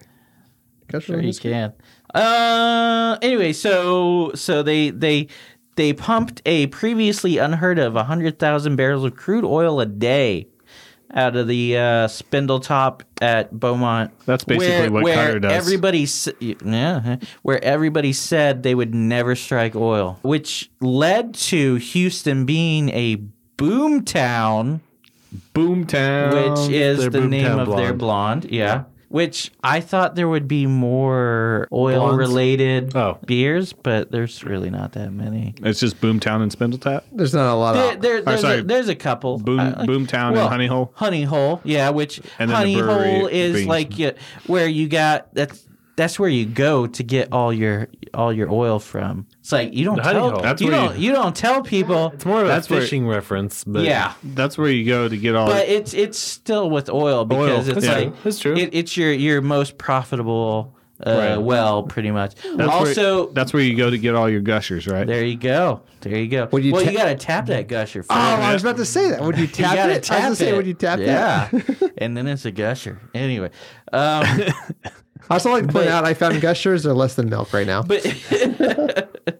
S6: Gusher
S1: Oh,
S4: sure
S6: on
S4: you can.
S6: Instacart?
S4: Uh, anyway, so so they they they pumped a previously unheard of 100,000 barrels of crude oil a day out of the uh, spindle top at Beaumont.
S1: That's basically
S4: where,
S1: what
S4: where
S1: Cutter does.
S4: Everybody, s- yeah, huh, where everybody said they would never strike oil, which led to Houston being a boom town
S1: Boomtown.
S4: which is
S5: their
S4: the
S5: Boomtown
S4: name of their blonde. Yeah. Which I thought there would be more oil related
S5: Oh.
S4: beers, but there's really not that many.
S1: It's just Boomtown and Spindletap.
S6: There's not a
S1: Oh.
S6: lot
S4: There,
S6: of.
S4: there, there's,
S1: sorry.
S4: a, there's a couple.
S1: Boom-
S4: I-
S1: Boomtown and Honey Hole?
S4: Honey Hole, yeah. Which
S1: And then the
S4: Honey
S1: brewery
S4: Hole is
S1: beans.
S4: like you, where you got that's that's where you go to get all your all your oil from. It's like you don't
S5: Honey
S4: tell
S5: Hole.
S1: That's
S4: you
S1: where you-
S4: don't you don't tell people.
S5: it's more of
S1: That's
S5: a
S1: where-
S5: fishing reference, but
S4: Yeah,
S1: That's where you go to get all.
S4: but it's it's still with oil because it's
S1: yeah.
S4: like
S5: That's true.
S4: It, it's your your most profitable uh,
S1: Right.
S4: well, pretty much.
S1: that's
S4: also,
S1: where, that's where you go to get all your gushers, right?
S4: there you go, there you go.
S6: you
S4: well,
S6: ta-
S4: you gotta tap that gusher. First.
S6: Oh, I was about to say that. Would you
S4: You
S6: tap
S4: gotta
S6: it? I was gonna say, would you tap
S4: yeah.
S6: it?
S4: and then it's a gusher. Anyway, um,
S6: I also like to point
S4: But-
S6: out I found gushers are less than milk right now.
S4: but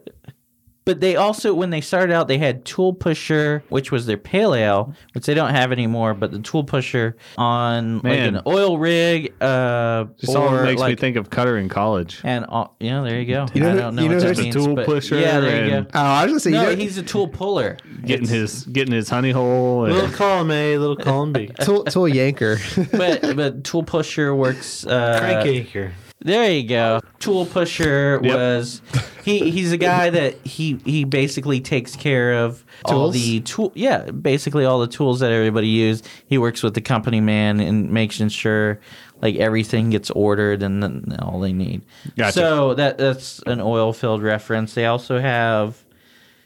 S4: but they also when they started out they had tool pusher which was their pale ale which they don't have anymore but the tool pusher on
S1: Man.
S4: like an oil rig uh
S1: Just all
S4: or
S1: makes me
S4: like
S1: think of Cutter in college.
S4: and all, yeah there you go
S6: You know
S4: i
S6: who-
S4: don't know
S6: you know
S4: what that
S6: who's a
S4: means,
S1: tool
S4: but-
S1: pusher
S4: yeah there you
S1: and-
S4: go
S6: oh, I was gonna say, you
S4: no
S6: know,
S4: he's a tool puller
S1: Getting his getting his honey hole. And,
S5: little column A, little column B,
S6: tool, tool yanker.
S4: but but tool pusher works uh
S5: crank anchor.
S4: There you go. Tool pusher
S1: Yep.
S4: was he he's a guy that he he basically takes care of all
S6: Tools?
S4: the tool yeah, basically all the tools that everybody used. He works with the company man and making sure like everything gets ordered and then all they need.
S1: Gotcha.
S4: So that that's an oil filled reference. They also have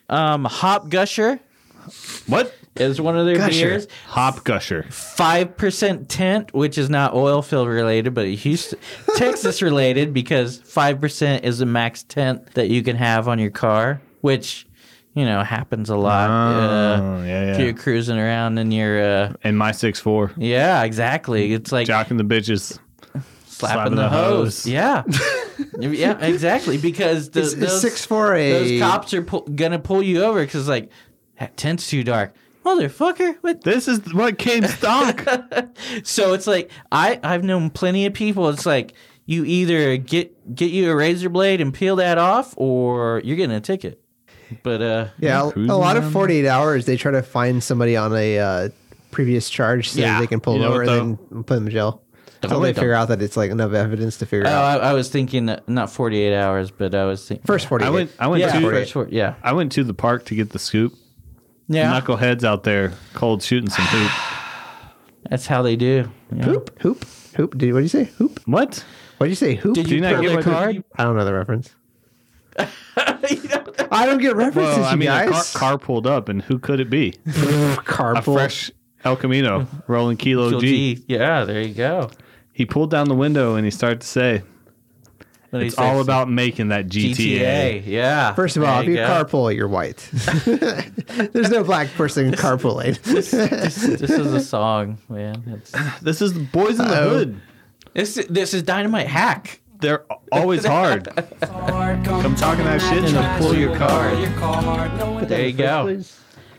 S4: um Hop Gusher
S1: what?
S4: is one of their
S6: Gusher.
S4: beers
S1: Hop gusher.
S4: five percent tent, which is not oil field related, but Houston, Texas related, because five percent is the max tent that you can have on your car, which you know happens a lot.
S1: Oh,
S4: uh,
S1: yeah,
S4: if
S1: yeah.
S4: you're cruising around in your uh,
S1: And my six four.
S4: yeah, exactly. It's like
S1: Jocking the bitches.
S4: slapping,
S1: slapping
S4: the,
S1: the
S4: hose.
S1: hose.
S4: Yeah, yeah, exactly. Because the,
S6: It's, it's
S4: those-
S6: six for a.
S4: those cops are pull, gonna pull you over because like that tent's too dark, motherfucker. What
S1: This is what came stock.
S4: So it's like I I've known plenty of people. It's like you either get get you a razor blade and peel that off, or you're getting a ticket. But uh,
S6: Yeah, a
S1: Cruising
S6: lot of
S1: around.
S6: 48 hours, they try to find somebody on a uh, previous charge so
S4: Yeah.
S6: they can pull
S1: You
S6: them
S1: know
S6: over
S1: what,
S6: and then put them in jail. Until
S4: they
S6: they
S4: don't.
S6: figure out that it's like enough evidence to figure
S4: oh,
S6: out.
S4: I, I was thinking not 48 hours, but I was thinking
S6: First 48.
S1: I went I went
S4: yeah,
S1: to
S4: first four- yeah,
S1: I went to the park to get the scoop.
S4: yeah.
S1: Knuckleheads out there cold shooting some hoop.
S4: That's how they do. Yeah.
S6: Hoop, hoop, hoop. Did, what did you say? Hoop?
S1: what?
S6: What did you say? Hoop?
S4: Did you
S1: you not
S4: pull
S1: get
S4: the
S1: what-
S4: card?
S6: I don't know the reference. I don't get references,
S1: Well, I mean,
S6: you
S1: a car,
S6: guys.
S1: car pulled up, and who could it be?
S6: car,
S1: A fresh El Camino rolling kilo,
S4: Kill
S1: G.
S4: G. Yeah, there you go.
S1: He pulled down the window and he started to say,
S4: What do you
S1: "It's
S4: say?
S1: all about making that GTA."
S4: GTA. Yeah.
S6: First of all,
S4: There
S6: if
S4: you
S6: you
S4: go.
S6: carpool, you're white. There's no black person carpooling.
S4: this is a song, man. It's,
S1: This is the boys in the
S4: Uh,
S1: hood.
S4: this this is dynamite hack.
S1: They're always hard. Come talking that shit and
S4: pull your card. There you go.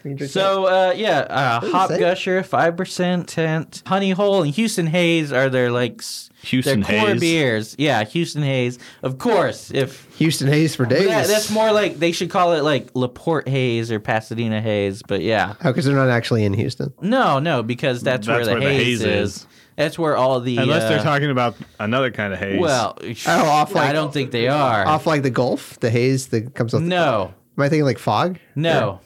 S6: Can you drink
S4: So uh, yeah, uh,
S6: does it
S4: Hop
S6: say?
S4: Gusher, five percent tent, Honey Hole, and Houston Haze are their like s-
S1: Houston
S4: their core
S1: Haze?
S4: beers. Yeah, Houston Haze, of course. If
S6: that? Houston Hayes for days.
S4: that, that's more like they should call it like Laporte Haze or Pasadena Haze, but yeah,
S6: Oh, because they're not actually in Houston.
S4: no, no, because that's, where, the, haze is.
S1: is.
S4: That's where all the
S1: Unless
S4: uh,
S1: they're talking about another kind of haze.
S4: Well,
S6: Oh, off like-
S4: I don't think they are.
S6: Off like the Gulf, the haze that comes off.
S4: no,
S6: The, am I thinking like fog?
S4: no,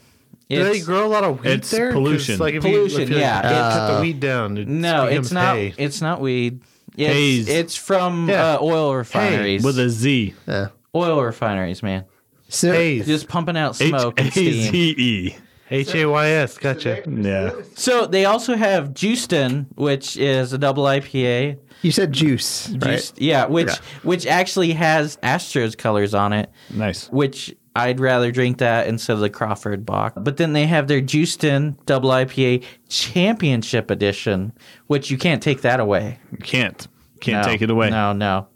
S5: Do they
S4: It's-
S5: grow a lot of wheat
S1: It's
S5: there? 'Cause,
S1: pollution.
S5: Like if
S4: Pollution,
S5: You, if you, like,
S4: yeah. Uh,
S5: cut the wheat down. It
S4: no, it's
S5: becomes
S4: not.
S5: hay.
S4: It's not weed. It's,
S1: Haze.
S4: it's from
S5: Yeah.
S4: uh, oil refineries.
S1: with a Z.
S6: Yeah.
S4: oil refineries, man.
S6: So,
S5: Haze.
S4: Just pumping out
S1: H
S4: smoke
S1: A
S4: and steam.
S1: Z E.
S5: H A Y S. Gotcha.
S1: Yeah.
S4: So they also have Juiston, which is a double IPA.
S6: you said juice, right?
S4: Juiced- yeah, which
S6: Yeah.
S4: which actually has Astros colors on it,
S1: Nice.
S4: which I'd rather drink that instead of the Crawford Bock. But then they have their Juiston double IPA championship edition, which you can't take that away.
S1: Can't. Can't
S4: No,
S1: take it away.
S4: No, no.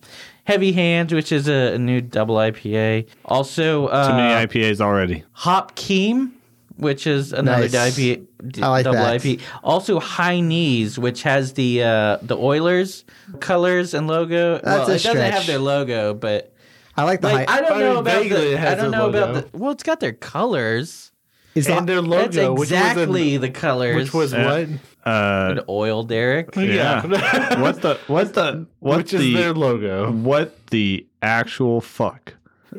S4: Heavy Hands, which is a, a new double IPA. Also, uh,
S1: Too many IPAs already.
S4: Hop Keem, which is another
S6: Nice.
S4: IPA, d-
S6: I like
S4: double
S6: that.
S4: IPA. Also, High Knees, which has the uh, the Oilers colors and logo. well,
S6: a
S4: it doesn't
S6: stretch.
S4: have their logo, but
S6: I like the
S4: like
S6: high.
S4: I don't
S5: I
S4: know
S5: mean,
S4: about
S5: vaguely
S4: the,
S5: it has
S4: I don't
S5: their
S4: know
S5: logo.
S4: about the well, it's got their colors.
S6: Is the,
S5: And their logo,
S4: That's exactly
S5: which was
S4: the colors.
S5: in, which was
S1: Yeah. Uh,
S4: an oil, Derek.
S5: what?
S1: yeah. what's the what's the what's
S5: which is their
S1: the
S5: logo?
S1: what the actual fuck?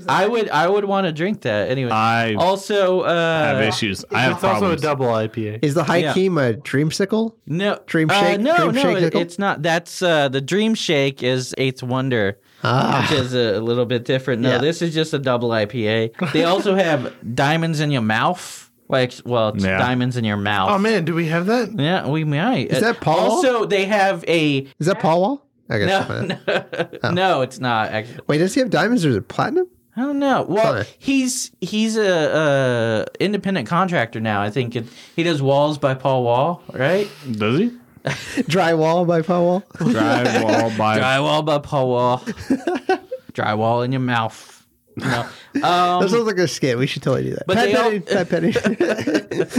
S4: I would I would want to drink that anyway.
S1: I
S4: Oh, also, uh,
S1: have issues. I have
S5: It's also a
S1: problems.
S5: double IPA.
S6: is the high
S4: Yeah.
S6: keem a dreamsicle?
S4: No
S6: Dream
S4: uh,
S6: Shake-
S4: no,
S6: Dream
S4: no,
S6: Shake
S4: it-
S6: Nickel?
S4: it's not. That's uh, the Dream Shake is Eighth Wonder, which is a, little bit different. No,
S6: Ah. Yeah.
S4: this is just a double IPA. They also have Diamonds in Your Mouth. Like, well, it's
S1: Yeah.
S4: Diamonds in Your Mouth.
S5: Oh man, do we have that?
S4: Yeah, we might.
S6: Is
S4: Uh,
S6: that Paul?
S4: Also, they have a
S6: Is that Paul Wall? I guess.
S4: no, no,
S6: Oh.
S4: no, it's not. Actually,
S6: Wait, does he have diamonds or is it platinum?
S4: I don't know. Well,
S6: Sorry.
S4: he's he's a, a independent contractor now. I think it, he does walls by Paul Wall, right?
S1: Does he?
S6: Drywall by Paul Wall.
S1: Drywall by
S4: Drywall by Paul Wall. Drywall in your mouth. No. Um,
S6: that sounds like a skit. We should totally do that.
S4: But
S6: Pat
S4: they all-
S6: Petty, Pat Petty.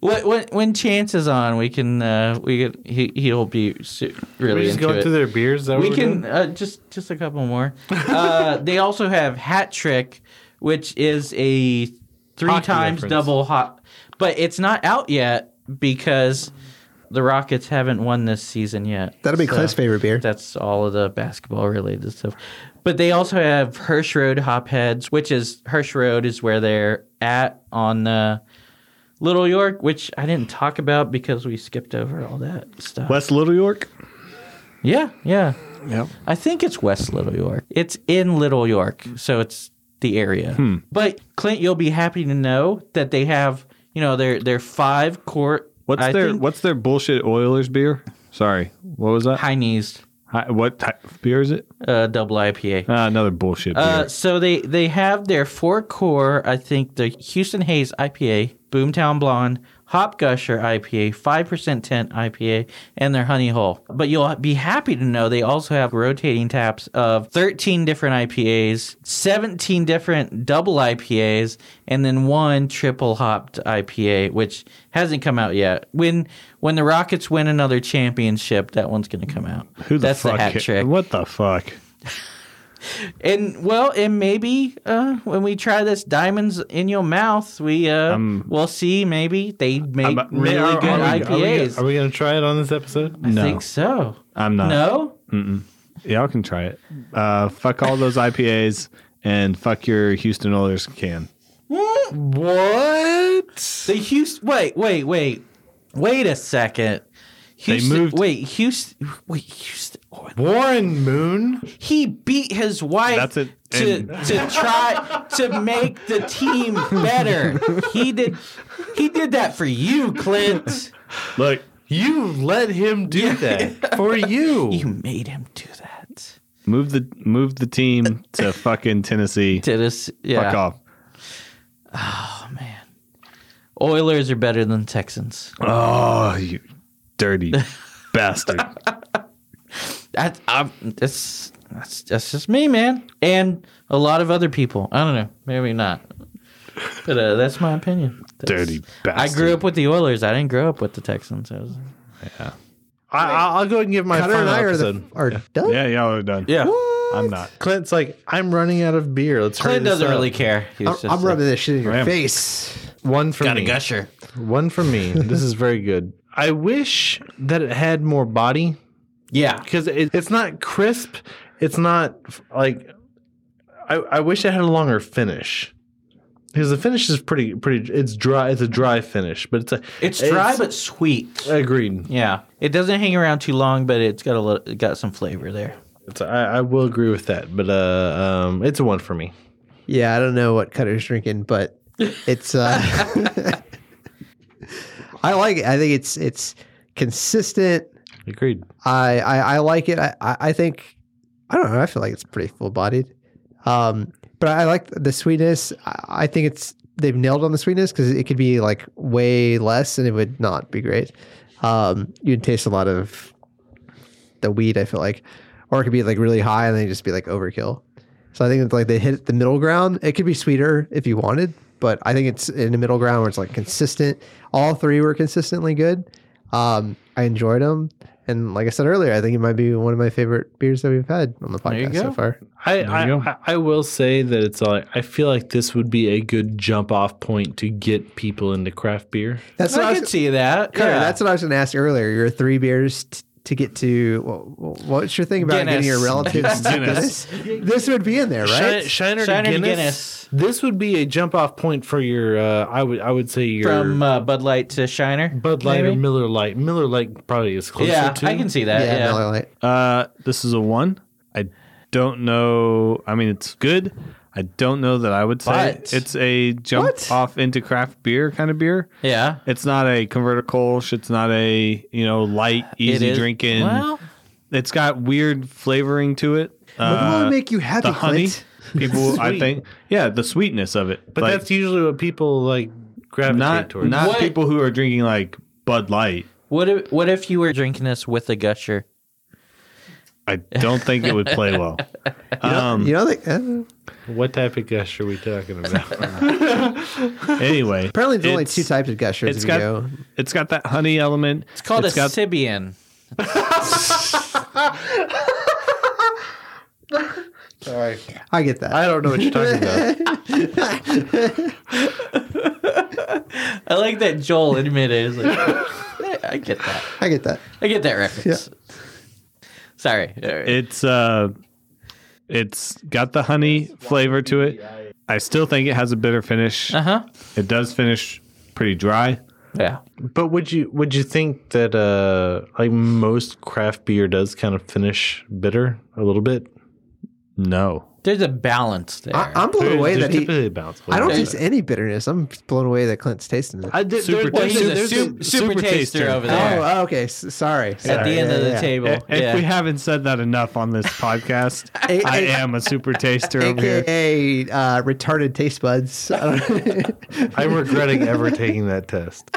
S4: when, when, when Chance is on, we can uh, we could, he he'll be su- really
S5: we just
S4: into
S5: going
S4: it.
S5: through their beers. Is That
S4: we
S5: what we're
S4: can
S5: doing?
S4: uh, just just a couple more. Uh, they also have Hat Trick, which is a three
S5: Hockey
S4: times
S5: reference.
S4: double hot, but it's not out yet because the Rockets haven't won this season yet.
S6: That'll be
S4: So-
S6: Cliff's favorite beer.
S4: That's all of the basketball related stuff. But they also have Hirsch Road Hopheads, which is Hirsch Road is where they're at on the Little York, which I didn't talk about because we skipped over all that stuff.
S1: West Little York.
S4: Yeah, yeah.
S1: Yep.
S4: I think it's West Little York. It's in Little York, so it's the area.
S1: Hmm.
S4: But Clint, you'll be happy to know that they have, you know, their their five court.
S1: What's
S4: I
S1: their
S4: think-
S1: What's their bullshit Oilers beer? Sorry, what was that?
S4: high knees
S1: Hi, what type of beer is it?
S4: uh, double IPA?
S1: Uh, another bullshit beer.
S4: Uh, so they they have their four core. I think the Houston Hayes IPA, Boomtown Blonde, Hop Gusher IPA, five percent tent IPA, and their Honey Hole. But you'll be happy to know they also have rotating taps of thirteen different IPAs, seventeen different double IPAs, and then one triple hopped IPA, which hasn't come out yet. When when the Rockets win another championship, that one's going to come out.
S1: Who the
S4: That's
S1: fuck?
S4: the hat
S1: ca-
S4: trick.
S1: What the fuck?
S4: And well, and maybe uh, when we try this diamonds in your mouth, we uh, we'll see. Maybe they make
S1: Um, I'm-
S4: really
S1: are- are
S4: good
S1: we-
S5: Are we,
S4: IPAs.
S5: are we going to try it on this episode?
S4: I
S1: No.
S4: think so.
S1: I'm not.
S4: No,
S1: Y'all can try it. Uh, fuck all those IPAs and fuck your Houston Oilers can.
S5: What?
S4: Hmm? the Houston. Wait, wait, wait, wait a second. Houston,
S1: moved-
S4: Wait, Houston. Wait, Houston. oh,
S5: Warren Moon?
S4: He beat his wife
S1: That's it.
S4: to
S1: And-
S4: to try to make the team better. He did. He did that for you, Clint.
S1: Look,
S5: You let him do that for you.
S4: You made him do that.
S1: move the move the team to fucking Tennessee.
S4: Dennis, yeah.
S1: Fuck off.
S4: Oilers are better than Texans.
S1: Oh, you dirty bastard.
S4: That, I'm, that's, that's that's just me, man, and a lot of other people. I don't know, maybe not. But uh, that's my opinion. That's-
S5: Dirty
S4: I
S5: bastard.
S4: grew up with the Oilers. I didn't grow up with the Texans. I was,
S5: I, I'll I'll go ahead and give my
S6: Cutter and
S5: final
S6: I are,
S5: episode.
S6: the, are done.
S1: Yeah, y'all are done.
S5: yeah.
S1: I'm not.
S5: Clint's like, I'm running out of beer. Let's hurry
S4: Clint
S5: this
S4: doesn't
S5: up."
S4: really care. He
S6: I'm,
S4: was
S6: I'm
S4: just
S6: rubbing this shit in your
S1: Ram.
S6: face.
S5: One for
S7: Got a
S5: me.
S7: gusher.
S5: One for me. This is very good. I wish that it had more body
S4: yeah.
S5: because it, it's not crisp. It's not f- like. I, I wish it had a longer finish because the finish is pretty pretty. It's dry. It's a dry finish, but it's a
S4: It's dry but sweet.
S5: agreed.
S4: Yeah, it doesn't hang around too long, but it's got a little, it got some flavor there.
S5: It's, I, I will agree with that, but uh, um, it's a one for me.
S6: Yeah, I don't know what Cutter's drinking, but it's. uh I like it. I think it's it's consistent.
S5: Agreed.
S6: I I, I like it. I, I I think I don't know. I feel like it's pretty full bodied, um, but I like the sweetness. I, I think it's they've nailed on the sweetness because it could be like way less and it would not be great. Um, you'd taste a lot of the weed. I feel like, or it could be like really high and then just be like overkill. So I think it's like they hit the middle ground. It could be sweeter if you wanted, but I think it's in the middle ground where it's like consistent. All three were consistently good. Um, I enjoyed them, and like I said earlier, I think it might be one of my favorite beers that we've had on the podcast so far.
S5: I, I,
S1: you go.
S5: I I will say that it's like I feel like this would be a good jump off point to get people into craft beer.
S6: That's what I
S4: I
S6: was-
S4: can see that.
S6: Cutter,
S4: yeah.
S6: that's what I was going to ask earlier. Your three beers t- to get to well, what's your thing about getting
S4: Guinness.
S6: your relatives to Guinness? This would be in there, right?
S5: Shiner, Shiner,
S4: Shiner
S5: to
S4: to
S5: Guinness,
S4: Guinness.
S5: This would be a jump off point for your. Uh, I would I would say your
S4: From uh, Bud Light to Shiner,
S5: Bud Light or
S4: maybe?
S5: Miller Light. Miller Light probably is closer
S4: Yeah,
S5: to.
S4: I can see that.
S6: yeah,
S4: Yeah,
S6: Miller Lite.
S1: Uh, this is a one. I don't know. I mean, it's good. I don't know that I would say
S4: But-
S1: it's a jump
S6: What?
S1: off into craft beer kind of beer.
S4: yeah.
S1: It's not a converter Kolsch. It's not a you know light,
S4: It
S1: easy
S4: is-
S1: drinking.
S4: Well,
S1: It's got weird flavoring to it.
S6: what
S1: Uh,
S6: will make you happy,
S1: the honey,
S6: Clint?
S1: people. I
S5: Sweet.
S1: think yeah, the sweetness of it.
S5: But
S1: Like,
S5: that's usually what people like gravitate
S1: not
S5: towards.
S1: not
S4: What-
S1: people who are drinking like Bud Light.
S4: what if what if you were drinking this with a gusher?
S1: I don't think it would play well. Um,
S6: You know, like, uh,
S5: what type of gush are we talking about?
S1: Anyway,
S6: apparently there's only
S1: it's-
S6: two types of gushers.
S1: It's
S6: if
S1: got
S6: you go.
S1: it's got that honey element.
S4: It's called
S1: It's
S4: a
S1: got-
S4: Sibian.
S6: I get that.
S5: I don't know what you're talking about.
S4: I like that Joel admitted. He's like, "Yeah, I get that.
S6: I get that.
S4: I get that reference. Sorry. All right.
S1: It's uh, it's got the honey flavor to it. I still think it has a bitter finish.
S4: Uh-huh.
S1: It does finish pretty dry.
S4: Yeah.
S5: But would you would you think that uh like most craft beer does kind of finish bitter a little bit?
S1: No,
S4: There's a balance there.
S6: I, I'm blown away
S5: There's
S6: that he.
S5: typically a balance.
S6: I don't
S5: think
S6: taste any bitterness. I'm blown away that Clint's tasting this.
S5: I did,
S1: Super
S5: there,
S4: well,
S1: taste-
S4: he's
S5: there's-
S4: a
S5: there's
S4: super, super
S1: super
S4: taster,
S1: taster.
S4: over there.
S6: oh, oh, okay. S- sorry. sorry.
S4: at the end
S6: Yeah,
S4: of the
S6: yeah.
S4: table.
S1: if, if
S4: yeah.
S1: we haven't said that enough on this podcast,
S6: A-
S1: I
S6: a-
S1: am a super taster over here.
S6: AKA uh, retarded taste buds. I don't-
S5: I'm regretting ever taking that test.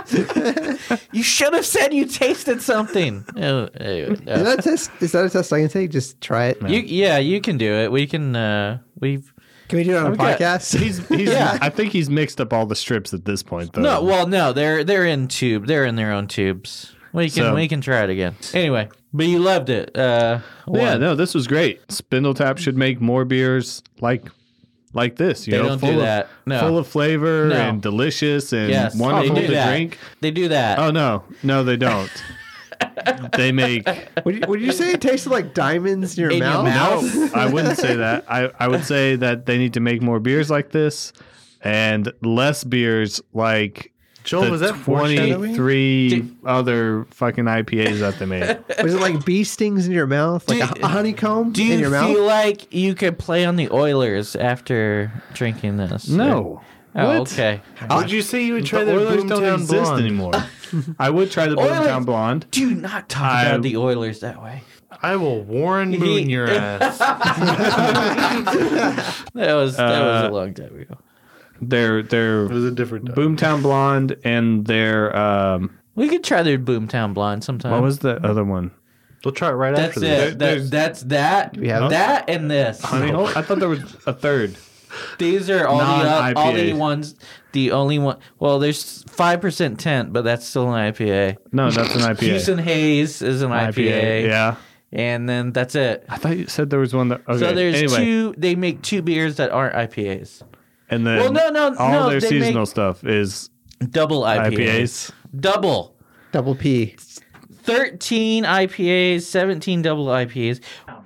S4: you should have said you tasted something. Oh, anyway,
S6: is
S4: no.
S6: that a test? Is that a test I can take? Just try it.
S4: you, yeah, you can do it. We can. Uh, we've
S6: Can we do it on a
S1: got-
S6: podcast?
S1: He's, he's
S4: Yeah.
S1: I think he's mixed up all the strips at this point, though.
S4: no. Well, no, they're they're in tube. They're in their own tubes. We can
S1: So-
S4: we can try it again. Anyway, but you loved it. Uh,
S1: yeah,
S4: one.
S1: no, this was great. Spindle Tap should make more beers like like this. You
S4: They
S1: know,
S4: don't
S1: full
S4: do
S1: of,
S4: that. No.
S1: full of flavor
S4: No.
S1: and delicious and
S4: Yes, Oh,
S1: wonderful
S4: they do
S1: to
S4: that.
S1: drink.
S4: They do that.
S1: Oh no, no, they don't. they make
S6: Would you, would you say it tasted like diamonds in your
S4: In your
S6: mouth?
S4: mouth?
S1: no. I wouldn't say that. I I would say that they need to make more beers like this and less beers like.
S5: Joel,
S1: the
S5: was that foreshadowing?
S1: 23 other fucking IPAs that they made?
S6: Was it like bee stings in your mouth? Like a, a honeycomb
S4: do you
S6: in your
S4: feel
S6: mouth?
S4: like you could play on the Oilers after drinking this?
S1: No.
S4: Oh,
S1: What?
S4: okay.
S5: Would you say you would try
S1: the
S5: the
S1: Oilers
S5: Boomtown
S1: don't exist
S5: Blonde?
S1: anymore. I would try the
S4: Oilers-
S1: Boomtown Blonde.
S4: Do not talk
S1: I-
S4: about the Oilers that way.
S5: I will Warren Moon your ass.
S4: That was that
S1: Uh,
S4: was a long time ago.
S1: Their their
S5: It was a different time.
S1: Boomtown Blonde and their um
S4: We could try their Boomtown Blonde sometime.
S1: what was the other one?
S5: We'll try it right
S4: that's
S5: after
S4: it.
S5: this.
S1: There-
S4: That-
S1: there's-
S4: that's that.
S6: have-
S4: that and this.
S1: Honey Hole? I thought there was a third.
S4: These are all the uh, all the
S1: Non-IPA.
S4: ones. The only one. Well, there's five percent tint, but that's still an IPA.
S1: No, that's an IPA.
S4: Houston Haze is an IPA.
S1: Yeah.
S4: And then that's it.
S1: I thought you said there was one that. Okay.
S4: So there's
S1: anyway,
S4: two. They make two beers that aren't IPAs.
S1: And then
S4: Well, no, no,
S1: all
S4: no,
S1: their
S4: they
S1: seasonal
S4: make-
S1: stuff is
S4: Double IPAs.
S1: IPAs.
S4: Double.
S6: Double P.
S4: 13 IPAs, 17 double IPAs.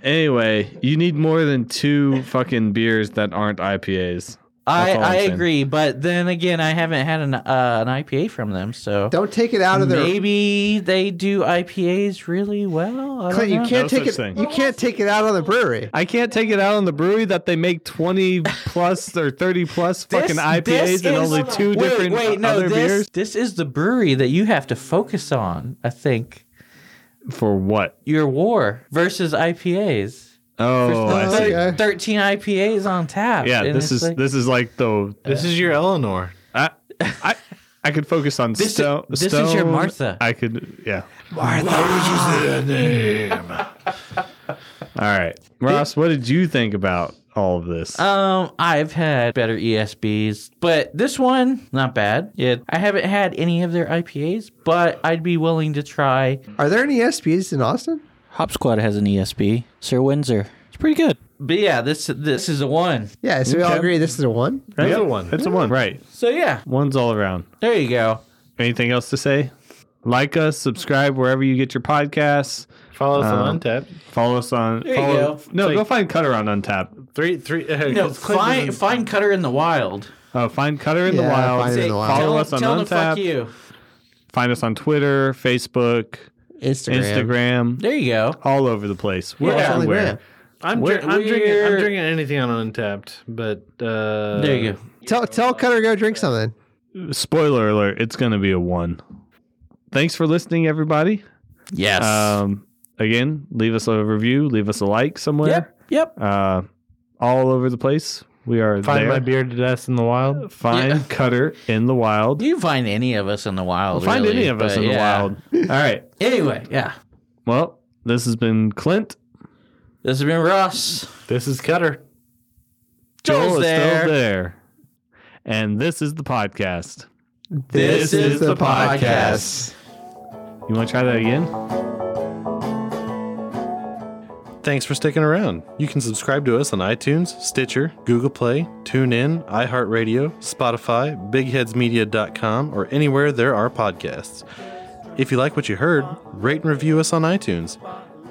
S1: Anyway, you need more than two fucking beers that aren't IPAs.
S4: I,
S1: That's all I'm
S4: I
S1: saying.
S4: agree, but then again, I haven't had an uh, an IPA from them, so
S6: Don't take it out of there.
S4: maybe they do IPAs really well. I don't
S6: Clint, you
S4: know.
S6: can't
S1: No
S6: take
S1: such
S6: it.
S1: thing.
S6: You can't take it out on the brewery.
S1: I can't take it out on the brewery that they make 20 plus or 30 plus fucking IPAs
S4: this
S1: and
S4: is-
S1: only two
S4: wait,
S1: different
S4: wait, no,
S1: other
S4: this,
S1: beers.
S4: This is the brewery that you have to focus on. I think
S1: For what?
S4: your war versus IPAs.
S1: Oh, I see.
S6: okay. Yeah.
S4: Thirteen IPAs on tap.
S1: Yeah,
S4: and
S1: this is
S4: it's like-
S1: this is like the
S5: This is your Eleanor.
S1: I I, I could focus on
S4: This is-
S1: stone.
S4: this is your
S1: Stone.
S4: Martha.
S1: I could yeah. All right, Ross, what did you think about all of this?
S4: Um, I've had better ESBs, but this one not bad. Yeah, I haven't had any of their IPAs, but I'd be willing to try.
S6: Are there any SPs in Austin?
S9: Hop Squad has an ESB. Sir Windsor. It's pretty good.
S4: But yeah, this this is the one.
S6: Yeah, so we all
S1: Okay.
S6: agree this is a one.
S1: Right?
S5: other one.
S1: It's a one, right?
S4: So yeah,
S1: One's all around.
S4: there you go.
S1: Anything else to say? Like us, subscribe wherever you get your podcasts.
S5: Follow us
S4: Uh-huh.
S1: Um,
S5: on Untap.
S1: Follow us on.
S4: you
S1: follow,
S4: go.
S1: No,
S5: Like-
S1: go find Cutter on Untapped.
S5: Three, three. Uh,
S4: No,
S5: Clint
S4: find
S5: doesn't-
S4: find Cutter in the Wild.
S1: Oh, find Cutter in the
S6: Yeah,
S1: Wild.
S6: find it in the wild.
S1: Follow
S4: Tell-
S1: us on
S4: tell them to
S1: Untapped.
S4: Fuck you.
S1: Find us on Twitter, Facebook,
S6: Instagram.
S1: Instagram,
S4: There you go.
S1: all over the place. We're
S4: Yeah.
S6: Only
S1: everywhere.
S6: brand.
S5: I'm, dri- I'm drinking. I'm
S4: We're-
S5: drinking anything on Untapped, but uh,
S4: There you go.
S6: Tell tell Cutter go drink something.
S1: spoiler alert, it's going to be a one. Thanks for listening, everybody.
S4: Yes.
S1: Um, again, leave us a review, leave us a like somewhere.
S4: yep. Yep.
S1: Uh, all over the place. We are
S5: Find
S1: there.
S5: my bearded ass in the wild.
S1: Find Cutter in the wild.
S4: You can find any of us in the wild.
S1: Find
S4: really,
S1: any of us
S4: but
S1: in the
S4: yeah.
S1: wild. All right.
S4: Anyway, yeah.
S1: Well, this has been Clint.
S4: This has been Ross.
S5: This is Cutter.
S4: Joel's
S1: Joel is
S4: there.
S1: still there. And this is the podcast.
S4: This is the podcast.
S1: You want to try that again?
S5: Thanks for sticking around. You can subscribe to us on iTunes, Stitcher, Google Play, TuneIn, iHeartRadio, Spotify, BigHeadsMedia.com, or anywhere there are podcasts. If you like what you heard, rate and review us on iTunes.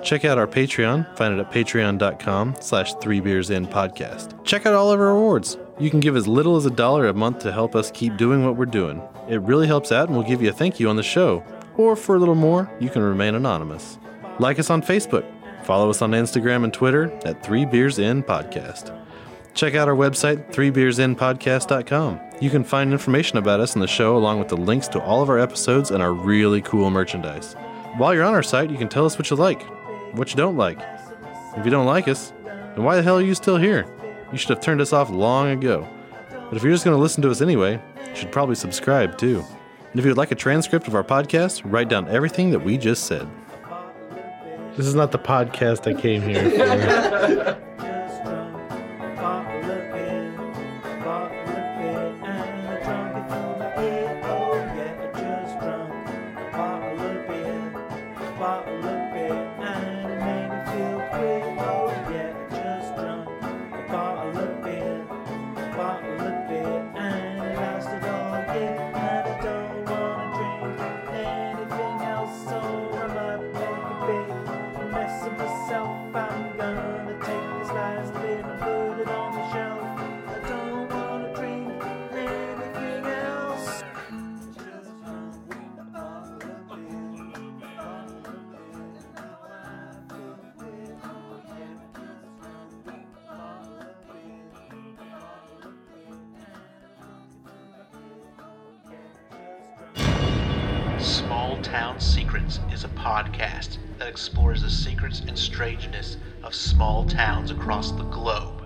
S5: Check out our Patreon. Find it at patreon.com slash three beers in podcast. Check out all of our awards. You can give as little as a dollar a month to help us keep doing what we're doing. It really helps out and we'll give you a thank you on the show. Or for a little more, you can remain anonymous. Like us on Facebook. Follow us on Instagram and Twitter at Three Beers In Podcast. Check out our website, threebeersinpodcast.com. You can find information about us and the show along with the links to all of our episodes and our really cool merchandise. While you're on our site, you can tell us what you like, what you don't like. If you don't like us, then why the hell are you still here? You should have turned us off long ago. But if you're just going to listen to us anyway, you should probably subscribe too. And if you'd like a transcript of our podcast, write down everything that we just said. This is not the podcast I came here for.
S10: Oh, Myself, I'm gonna take this last bit and put it on the shelf. I don't wanna drink anything else. Just all of it, all of it. Now I feel good. Oh, yeah, just all of it.
S11: Small Town Secrets is a podcast that explores the secrets and strangeness of small towns across the globe.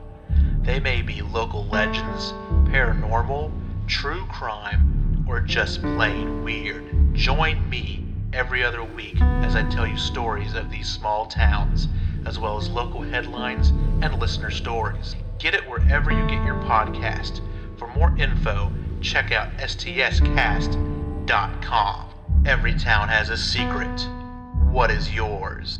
S11: They may be local legends, paranormal, true crime, or just plain weird. Join me every other week as I tell you stories of these small towns, as well as local headlines and listener stories. Get it wherever you get your podcast. For more info, check out stscast.com. Every town has a secret. What is yours?